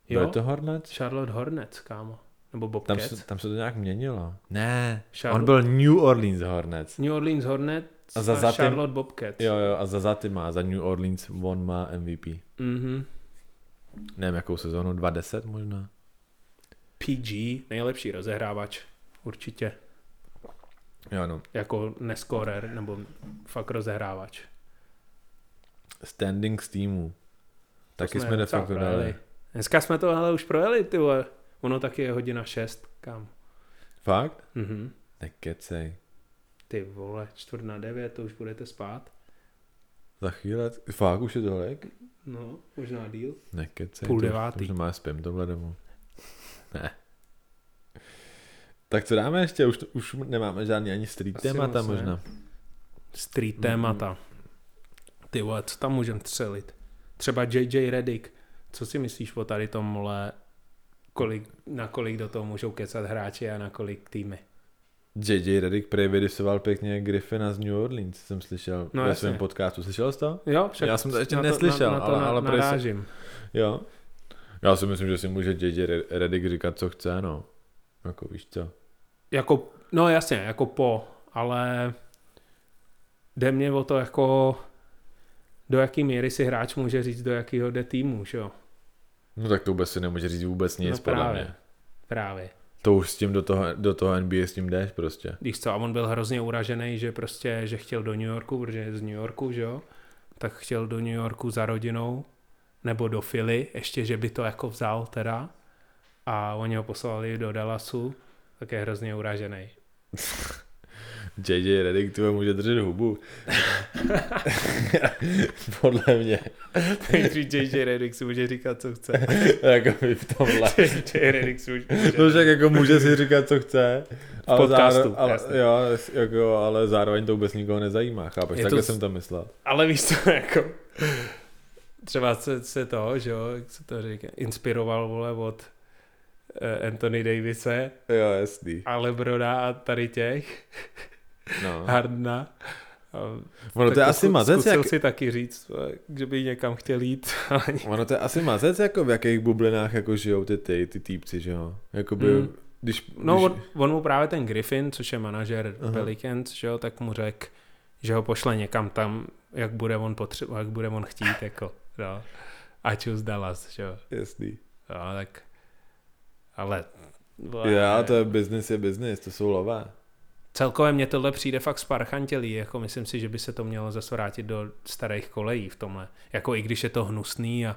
byly Jo, to Hornets? Charlotte Hornets, kámo. Nebo Tam Bobcats. se, tam se to nějak měnilo. Ne, Charlotte- on byl New Orleans Hornets. New Orleans Hornets a, A za- za za tím- Charlotte Bobcats. Jo, jo, a za za ty má, za New Orleans on má MVP. Mhm. Nevím, jakou sezónu, 20 možná. PG, nejlepší rozehrávač, určitě. Jo, no. Jako neskorer, nebo fakt rozehrávač. Standings týmu. Taky jsme, de docela facto projeli. dali. Dneska jsme to hele už projeli, ty vole. Ono taky je hodina šest, kam. Fakt? Mhm. Nekecej. Ty vole, čtvrt na devět, to už budete spát. Za chvíli, fakt už je tolik? No, možná díl. Nekecej. Půl to už- devátý. To už má spím tohle domů. Ne. Tak co dáme ještě? Už, to, už nemáme žádný ani street Asi Asi témata moc ne. možná. Street témata. Ty vole, co tam můžem třelit? Třeba JJ Redick. Co si myslíš o tady tom, vole, kolik, nakolik do toho můžou kecat hráči a nakolik týmy? JJ Redick prej vydisoval pěkně Griffina z New Orleans, jsem slyšel No no, ve jasně. svém podcastu. Slyšel jsi to? Jo, však Já jsem to ještě na neslyšel, na, na to ale- prostě- na, ale prej se- narážím. Jo. Já si myslím, že si může JJ Re- Redick říkat, co chce, no. Jako víš co. Jako, no jasně, jako po, ale jde mě o to jako do jaký míry si hráč může říct, do jakého jde týmu, že jo? No tak to vůbec si nemůže říct vůbec nic, No no, podle právě. mě. Právě. To už s tím do toho, do toho NBA s tím jdeš prostě. Když co, a on byl hrozně uražený, že prostě, že chtěl do New Yorku, protože je z New Yorku, že jo? Tak chtěl do New Yorku za rodinou, nebo do Philly, ještě, že by to jako vzal teda. A oni ho poslali do Dallasu, tak je hrozně uražený. JJ Redick, ty vole, může držet hubu. *laughs* Podle mě. *laughs* Takže JJ Redick si může říkat, co chce. jako by v tomhle. JJ Redick si může No však jako může si říkat, co chce. Ale podcastu, záro- ale, jasně. jo, jako, ale zároveň to vůbec nikoho nezajímá, chápeš? Je to Takhle z- jsem to myslel. Ale víš co, jako... Třeba se, se to, že jo, jak se to říká, inspiroval, vole, od eh, Anthony Davise Jo, jasný. a Lebroda a tady těch, No. Hardna. A Ono tak to je asi zku- mazec, Zkusil jak... jak... si taky říct, eh, že by někam chtěl jít. *laughs* ale Ono to je asi mazec, jako v jakých bublinách jako žijou ty, ty, ty týpci, že jo? Jakoby, Mm. mm. když, No, když... on, on mu právě ten Griffin, což je manažer Aha. Pelicans, že jo, tak mu řekl, že ho pošle někam tam, jak bude on potřeba, jak bude on chtít, jako, no. Ať už Dallas, že jo. Jasný. No, tak... Ale... Já, to je business je business, to jsou lové. Celkově mně tohle přijde fakt sparchantělý, jako myslím si, že by se to mělo zase vrátit do starých kolejí v tomhle. Jako i když je to hnusný a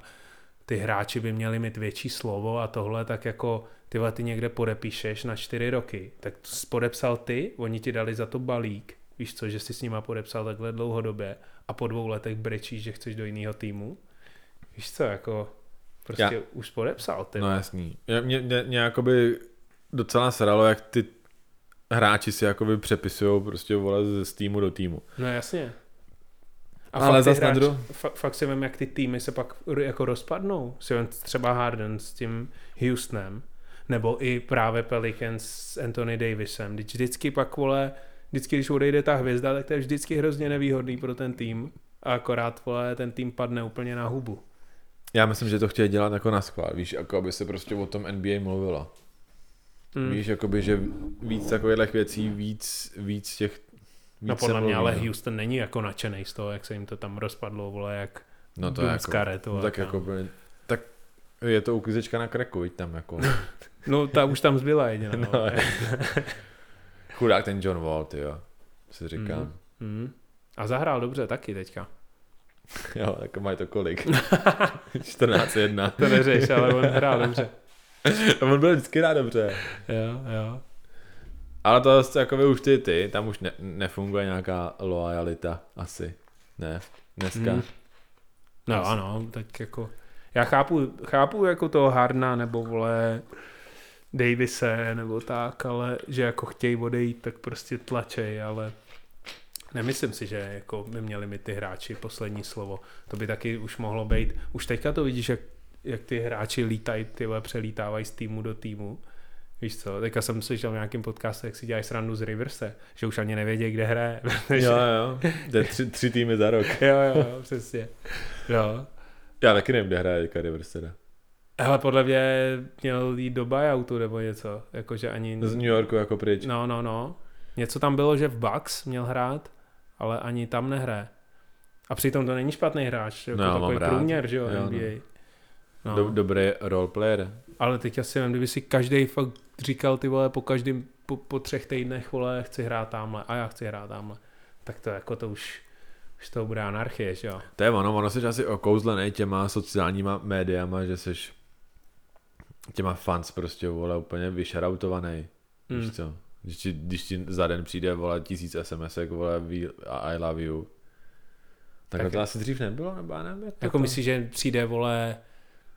ty hráči by měli mít větší slovo a tohle, tak jako tyhle ty někde podepíšeš na čtyři roky. Tak to jsi podepsal ty, oni ti dali za to balík, Víš co, že jsi s nima podepsal takhle dlouhodobě a po dvou letech brečíš, že chceš do jiného týmu. Víš co, jako prostě Já. Já- už podepsal ty. No jasný. Já- Mě, mě, mě jakoby docela sralo, jak ty hráči si jakoby přepisují prostě vole z- z týmu do týmu. No jasně. A Ale fakt, zas zas na hráč, druhou- fa- fakt si vím, jak ty týmy se pak r- jako rozpadnou. Si vem třeba Harden s tím Houstonem, nebo i právě Pelicans s Anthony Davisem. Vždyť vždycky pak, vole, vždycky, když odejde ta hvězda, tak to je vždycky hrozně nevýhodný pro ten tým. A akorát, vole, ten tým padne úplně na hubu. Já myslím, že to chtějí dělat jako na schvál, víš, jako aby se prostě o tom NBA mluvilo. Hmm. Hmm. Víš, jakoby, že víc takových věcí, víc, víc těch... Víc No se podle mě, mluví, ale no. Houston není jako nadšený z toho, jak se jim to tam rozpadlo, vole, jak No to je jako, karet, no, vole, tak tam. jako by, tak je to uklizečka na kreku, viď tam *laughs* jako. No ta už tam zbyla jediná. *laughs* No, vole. Chudák ten John Wall, ty jo, si říkám. Mhm. Hmm. A zahrál dobře taky teďka. *laughs* Jo, tak mají to *laughs* kolik? 14-1. To neřeš, ale *laughs* on hrál dobře. On byl vždycky rád dobře. *laughs* Jo, jo. Ale to zase jakoby už ty, ty, tam už ne, nefunguje nějaká loajalita, asi. Ne, dneska. Hmm. Hmm. No ano, tak jako... Já chápu, chápu jako toho Harna nebo vole Davise nebo tak, ale že jako chtějí odejít, tak prostě tlačej, ale nemyslím si, že jako by měli mít ty hráči poslední slovo. To by taky už mohlo být. Už teďka to vidíš, jak, jak ty hráči lítají, ty vole přelítávají z týmu do týmu. Víš co, teďka jsem slyšel v nějakém podcastu, jak si dělají srandu z Riverse, že už ani nevědějí, kde hraje. *laughs* protože- Jo, jo, to je tři, tři týmy za rok. jo, jo, jo, přesně. No. Jo. Já taky nevím, kde hraje teďka Rivers teda. Ale podle mě měl jít do buyoutu nebo něco, jakože ani... Z New Yorku jako pryč. No, no, no. Něco tam bylo, že v Bucks měl hrát, ale ani tam nehraje. A přitom to není špatný hráč, jako No, já takový mám rád. průměr, že jo, Jo, no. NBA. No. No. Do, dobrý roleplayer. Ale teď asi vím, kdyby si každý fakt říkal ty vole po každém, po, po třech týdnech vole, chci hrát tamhle a já chci hrát tamhle. Tak to jako to už, už to bude anarchie, že jo. To je ono, ono jsi asi okouzlený těma sociálníma médiama, že jsi těma fans prostě, vole, úplně vyšarautovaný. Mm. Mm. Víš co? Když ti, když ti za den přijde, vole, tisíc SMS-ek, vole, we, a I love you. Tak, Tak tak to je- asi dřív nebylo, nebo já nevím. jak to Jako to- myslíš, že přijde, vole,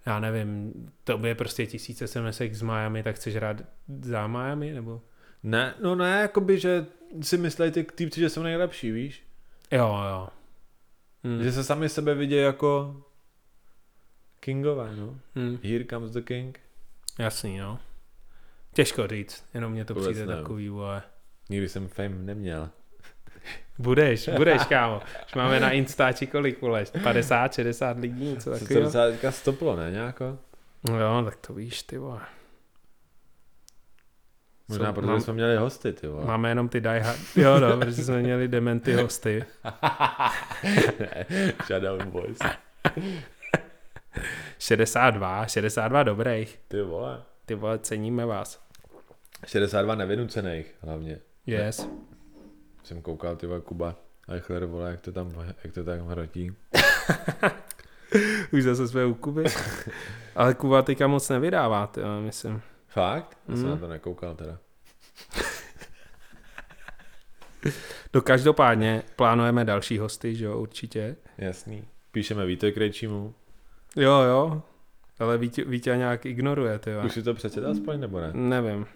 já nevím, tobě prostě tisíce sms z Miami, tak chceš hrát za Miami, nebo? Ne, no ne, jakoby, že si myslej ty týpci, že jsou nejlepší, víš? Jo, jo. Hmm. Mm. Že se sami sebe vidějí jako kingové, no. Hmm. Here comes the king. Jasný, no. Těžko říct, jenom mně to Vůbec přijde nevím. takový, vole. Nikdy jsem fame neměl. Budeš, budeš, kámo. Už máme na Instači kolik, vole, 50, 60 lidí, něco Tak jsem takového. se teďka stoplo, ne, nějako? No jo, tak to víš, ty vole. Možná Jsou- protože mám- jsme měli hosty, ty vole. Máme jenom ty die hard. Jo, no, protože jsme měli dementy hosty. *laughs* Shadow Boys. 62, 62 dobrých. Ty vole. Ty vole, ceníme vás. 62 nevynucených hlavně. Yes. Jsem koukal, ty vole, Kuba Eichler, vole, jak to tam, jak to tam hrotí. Už zase jsme *laughs* u Kuby. Ale Kuba teďka moc nevydává, ty, jo, myslím. Fakt? Já jsem Mm. na to nekoukal teda. Do No, každopádně plánujeme další hosty, že jo, určitě. Jasný. Píšeme Víte Krejčímu. Jo, jo. Ale Vítě, Vítě nějak ignoruje, ty jo. Už si to přečet aspoň, nebo ne? Nevím.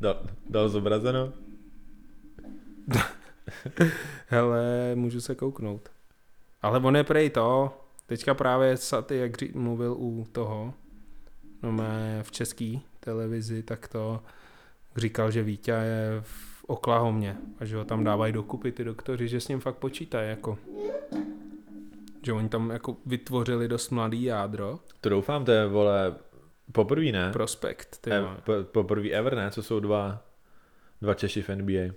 Dal, dal zobrazeno? Hele, můžu se kouknout. Ale on je prej to. Teďka právě Saty, jak ří, mluvil u toho, no mé v české televizi, tak to říkal, že Vítě je v Oklahomě a že ho tam dávají dokupy ty doktoři, že s ním fakt počítají, jako. Že oni tam jako vytvořili dost mladý jádro. To doufám, to je, vole, poprvý, ne? Prospekt, ty Ev- vole. po- poprvý ever, ne? Co jsou dva, dva Češi v NBA.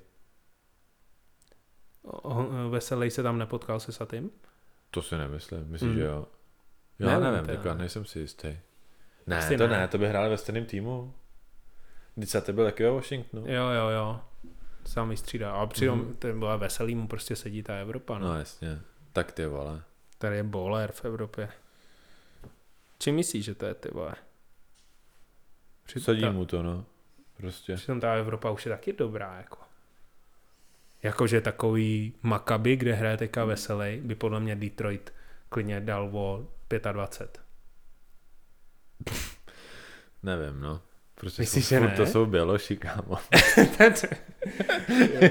O- o- Veselý se tam nepotkal se Satym? To si nemyslím, myslím, Mm. mm. že jo. Já Nevím nevím, nevím teda. teďka, nejsem si jistý. Ne, Asi to ne. ne. ne, to by hráli ve stejném týmu. Když se byl taky ve Washingtonu. Jo, jo, jo. Sám střídá. A přitom mm-hmm. No. Mhm. ten vole veselý mu prostě sedí ta Evropa. No. No jasně, tak ty vole. Tady je boler v Evropě. Čím myslíš, že to je ty vole? Přitom Sadí ta, mu to, no. Prostě. přitom ta Evropa už je taky dobrá, jako. Jakože takový Maccabi, kde hraje teďka Veselý, by podle mě Detroit klidně dal o *laughs* 25. Nevím, no. Prostě Myslíš, jsou, že furt ne? to jsou běloši, kámo.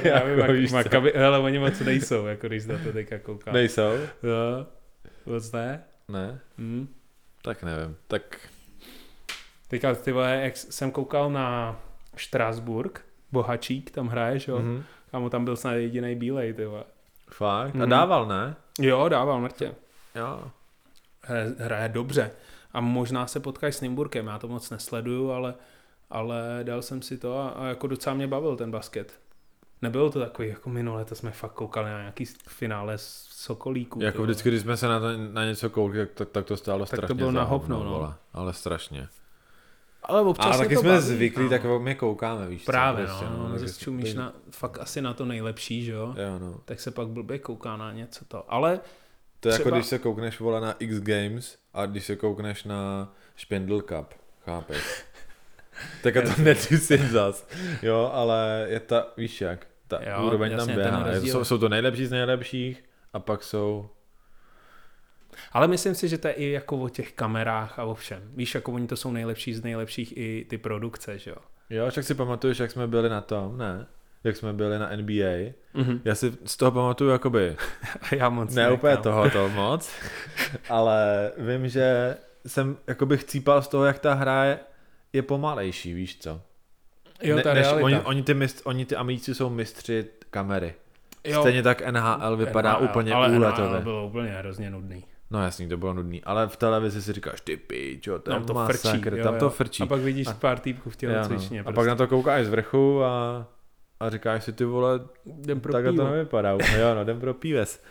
Já vím, Jako víš jak co. Maccabi, hele, oni moc nejsou, jako když na to teďka koukám. Nejsou? Jo, moc ne? Ne? Hm. Tak nevím. Tak Teďka ty vole, jak jsem koukal na Štrásburg, Bohačík tam hraje, že jo? Mm-hmm. mhm. Kámo, tam byl snad jediný bílej, ty vole. fakt. A Mhm. dával, ne? Jo, dával mrtě. Jo. Hraje, hraje dobře. A možná se potkáš s Nymburkem, já to moc nesleduju, ale, ale dal jsem si to a, a jako docela mě bavil ten basket. Nebylo to takový, jako minule, to jsme fakt koukali na nějaký finále s Sokolíků. ty Jako vole. vždycky, když jsme se na, to, na něco koukli, tak, tak, tak to stálo to strašně bylo za na hovno, no. vole. Ale strašně. Ale občas A mě taky to jsme baví, zvyklí, no. tak my koukáme, víš co, Právě, prostě, no, no takže- zase čumíš na, fakt asi na to nejlepší, že jo? Jo, no. Tak se pak blbě kouká na něco to. Ale To je jako Třeba- když se koukneš vole na X Games a když se koukneš na Špindl Cup, *laughs* chápeš? tak a to netuším zas. Jo, ale je ta, víš jak, ta Jo, jo, úroveň jasně, tam ten běhá. Je to- rozdíl. Jsou, jsou to nejlepší z nejlepších a pak jsou, Ale myslím si, že to je i jako o těch kamerách a o všem. Víš, jako oni to jsou nejlepší z nejlepších i ty produkce, že jo? jo, však si pamatuješ, jak jsme byli na tom, ne? Jak jsme byli na NBA. Mhm. Já si z toho pamatuju jakoby Já moc Ne úplně to. tohoto moc, no. *laughs* ale vím, že jsem jakoby chcípal z toho, jak ta hra je, je pomalejší, víš co? Jo, ta než, realita. oni, oni, ty mist, oni ty Amici jsou mistři kamery. jo, Jo. Stejně tak NHL vypadá NHL, úplně ale úletově. NHL bylo úplně hrozně nudný. No jasný, to bylo nudný, ale v televizi si říkáš, ty pičo, to je Tam to masakr, frčí. Jo, tam jo. to frčí. A pak vidíš A- pár týpků v prostě. Jo, no. tělocvičně. a pak na to koukáš z vrchu a, a říkáš si, ty vole, jdem pro takhle to pivo. nevypadá. No jo, no jdem pro *laughs* píves.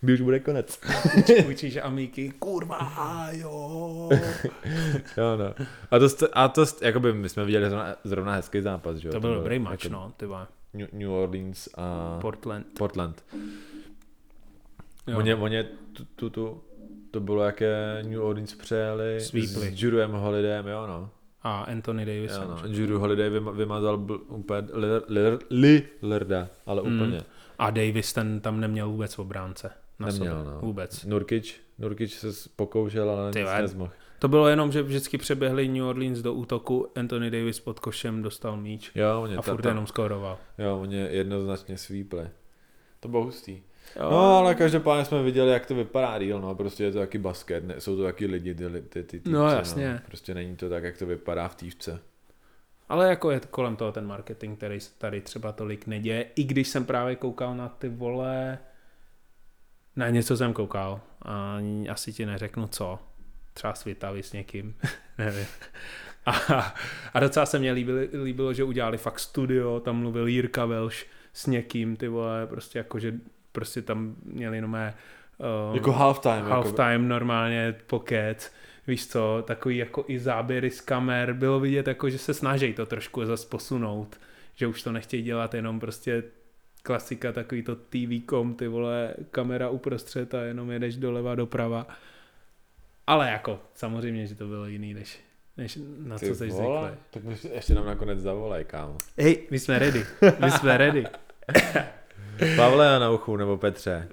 Kdy už bude konec. Učíš amíky. Kurva, *laughs* jo. Jo, no. A to, st- a to st- jakoby my jsme viděli zrovna, zrovna hezký zápas, že jo? to byl dobrý jako No. mač, no, ty vole. New, New Orleans a Portland. Portland. Jo. Oni, oni tu, tu, tu, to bylo, jaké New Orleans přejeli Sweepli. s Jurem Holidayem, jo no. A Anthony Davis. Jo, no. Juru Holiday vyma- vymazal bl- úplně Lillard- Lillard- Lillarda, ale Mm. úplně. A Davis ten tam neměl vůbec obránce. Na Neměl, sobě. no. Vůbec. Nurkic, Nurkic se s- pokoušel, ale Ty nic vole. nezmohl. To bylo jenom, že vždycky přeběhli New Orleans do útoku, Anthony Davis pod košem dostal míč Jo, oni, a ta, furt ta, jenom skoroval. jo, oni jednoznačně svípli. To bylo hustý. No, ale každopádně jsme viděli, jak to vypadá real, no, prostě je to taky basket, ne, jsou to taky lidi, ty, li- ty, ty týpce, No, jasně. No. Prostě není to tak, jak to vypadá v týpce. ale jako je kolem toho ten marketing, který se tady třeba tolik neděje, i když jsem právě koukal na ty vole, na něco jsem koukal a ani- asi ti neřeknu co, třeba svitavy s někým, *laughs* nevím. A, a docela se mně líbilo, líbilo, že udělali fakt studio, tam mluvil Jirka Velš s někým, ty vole, prostě jako, že prostě tam měli jenom mé, Um, jako halftime. Jako, No. halftime normálně pocket, víš co, takový jako i záběry z kamer, bylo vidět jako, že se snaží to trošku zas posunout, že už to nechtějí dělat jenom prostě klasika, takový to TV.com, ty vole, kamera uprostřed a jenom jedeš doleva, doprava. Ale jako, samozřejmě, že to bylo jiný, než, než na co ty jsi vole, zvyklý. Tak my si ještě nám nakonec zavolej, *laughs* kámo. Hej, my jsme ready, my jsme ready. Pavle na uchu, nebo *laughs* Petře.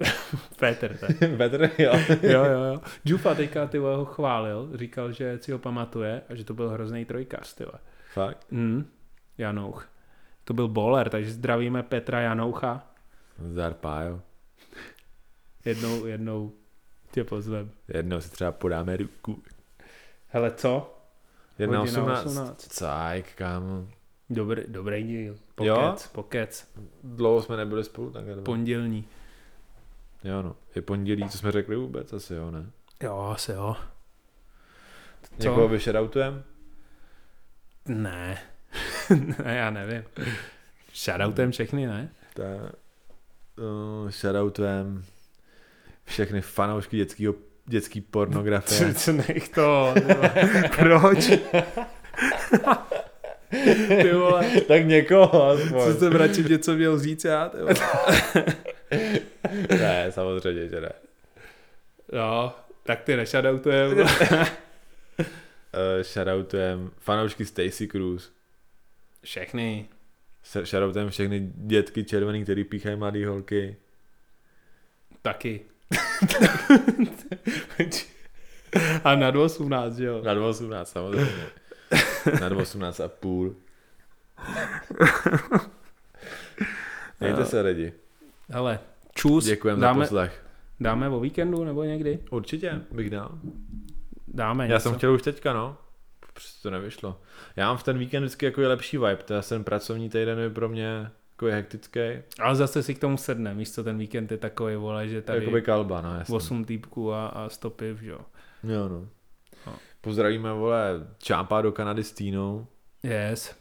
Petr, tak. Petr, jo. jo, jo, jo. Džupa teďka ty vole, ho chválil, říkal, že si ho pamatuje a že to byl hrozný trojkař, ty vole. *laughs* Fakt. Mm, Janouch. To byl boler, takže zdravíme Petra Janoucha. Zdar pájo. Jednou, jednou tě pozvem. Jednou si třeba podáme ruku. Hele, co? Jedna Hodina 18. 18. Cajk, kámo. Dobrý, dobrý díl. Jo? No. Pokec, pokec. Dlouho jsme nebyli spolu, tak dva. Pondělní. Jo, no. Je pondělí, co jsme řekli vůbec, asi jo, ne? Jo, asi jo. Co? Někoho vyšedoutujem? Ne. *laughs* ne, já nevím. Shoutoutem všechny, ne? Ta, uh, shoutoutem všechny fanoušky dětskýho, dětský pornografie. co nech to. *laughs* ty vole. Proč? *laughs* ty vole, *laughs* tak někoho aspoň. co jsem radši něco měl říct já, ty vole. *laughs* Ne, samozřejmě, že ne. Jo, tak ty *laughs* nešadoutujem. Eh, Uh, shoutoutem fanoušky Stacy Cruz. Všechny. se šaroutem všechny dětky červený, který píchají mladý holky. Taky. *laughs* a nad 18, že jo? Nad 18 *laughs* samozřejmě. Nad 18 a půl. Mějte se lidi. Hele, čus. Děkujeme za dáme, poslech. dáme o víkendu nebo někdy? Určitě bych dal. Dáme Já něco. jsem chtěl už teďka, no. Prostě to nevyšlo. Já mám v ten víkend vždycky jako je lepší vibe. Teda ten pracovní týden je pro mě jako je hektický. Ale zase si k tomu sedne, víš co, ten víkend je takový, vole, že tady Jakoby kalba, no jasně. 8 týpků a, a stopy, že jo. Jo, no. No. Pozdravíme, vole, Čápa do Kanady s Týnou. Yes.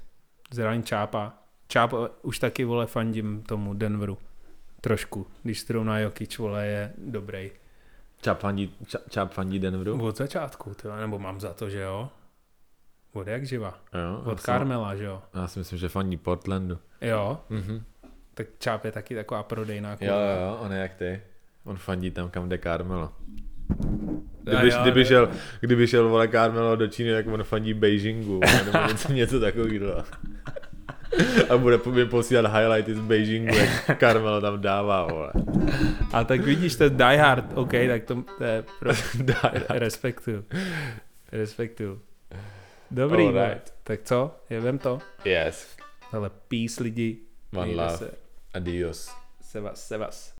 Zraň Čápa. Čápa už taky, vole, fandím tomu Denveru. Trošku. Když zrovna Jokic, vole, je dobrý. Čáp fandí, ča, čáp fandí Denveru. Od začátku, tyhle, nebo mám za to, že jo? Od jak živa? Jo, já Od si- Carmela, že jo? Já si myslím, že fandí Portlandu. Jo, Mhm. tak Čáp je taky taková prodejná Jo, kurva. jo, jo, on je jak ty. On fandí tam, kam jde Carmelo. A Kdyby, já kdyby, ne- šel, kdyby šel vole Carmelo do Číny, tak on fandí Beijingu. *laughs* Nebo něco, něco takového. A bude po- mi posílat highlighty z Beijingu, jak Carmelo tam dává, vole. A tak vidíš, to je Die Hard, OK, tak to, to je pro... *laughs* Dá, Respektuju. Respektuju. Dobrý, All vole. right. tak co? Je, vem to. yes. Ale peace lidi. One Mějte love. Se, Adios. se vás, se vás.